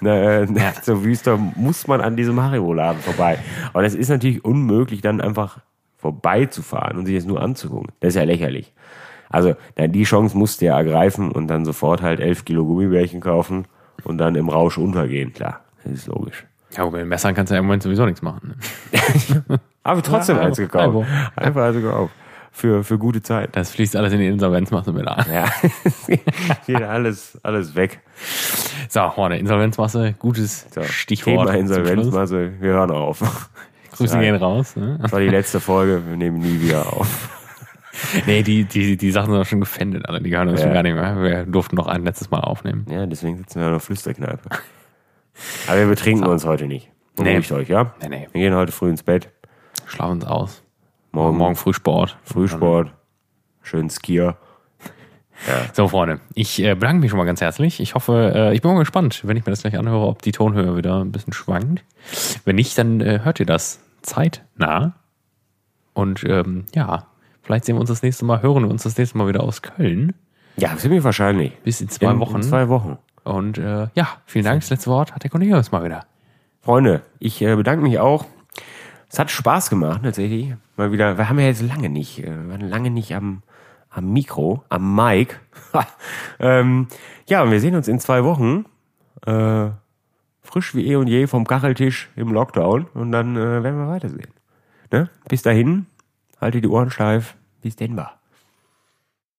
S2: ne, ne, [LAUGHS] zur Wüste, muss man an diesem Haribo-Laden vorbei. Und es ist natürlich unmöglich, dann einfach vorbeizufahren und sich das nur anzugucken. Das ist ja lächerlich. Also na, die Chance musst du ja ergreifen und dann sofort halt 11 Kilo Gummibärchen kaufen und dann im Rausch untergehen, klar. Das ist logisch.
S1: Ja, aber mit Messern kannst du ja im Moment sowieso nichts machen. Ne?
S2: Aber trotzdem
S1: Ja,
S2: eins
S1: also,
S2: gekauft.
S1: also.
S2: Einfach also gekauft. Für, für gute Zeit.
S1: Das fließt alles in die Insolvenz, machst du mit ein.
S2: [LAUGHS] Ja, geht alles, alles weg.
S1: So, Horne, Insolvenzmasse, gutes
S2: So,
S1: Stichwort.
S2: Thema
S1: zum
S2: Insolvenz,
S1: Schluss.
S2: also wir hören auf.
S1: Grüße gehen raus. Ne?
S2: Das war die letzte Folge, wir nehmen nie wieder auf.
S1: Nee, die, die, die Sachen sind auch schon gefändet, alle. Die gehören uns
S2: Ja.
S1: schon gar nicht mehr. Wir durften noch ein letztes Mal aufnehmen.
S2: Ja, deswegen sitzen wir in einer Flüsterkneipe. Aber wir betrinken uns heute nicht.
S1: Nee.
S2: Beruhigt euch, ja?
S1: Nee, nee.
S2: Wir gehen heute früh ins Bett.
S1: Schlaf uns aus.
S2: Morgen,
S1: Morgen früh Sport.
S2: Frühsport. Schön Skier.
S1: So, Freunde, ich äh, bedanke mich schon mal ganz herzlich. Ich hoffe, äh, ich bin mal gespannt, wenn ich mir das gleich anhöre, ob die Tonhöhe wieder ein bisschen schwankt. Wenn nicht, dann äh, hört ihr das zeitnah. Und ähm, ja, vielleicht sehen wir uns das nächste Mal, hören wir uns das nächste Mal wieder aus Köln.
S2: Ja, ziemlich wahrscheinlich.
S1: Bis in zwei
S2: in,
S1: Wochen.
S2: In zwei Wochen.
S1: Und äh, ja, vielen Dank. Das letzte Wort hat der Cornelius mal wieder.
S2: Freunde, ich äh, bedanke mich auch. Es hat Spaß gemacht, tatsächlich. Mal wieder, wir haben ja jetzt lange nicht, äh, wir waren lange nicht am, am Mikro, am Mic. [LAUGHS] ähm, ja, und wir sehen uns in zwei Wochen. Äh, frisch wie eh und je vom Kacheltisch im Lockdown. Und dann äh, werden wir weitersehen. Ne? Bis dahin, haltet die Ohren steif. Bis denn war.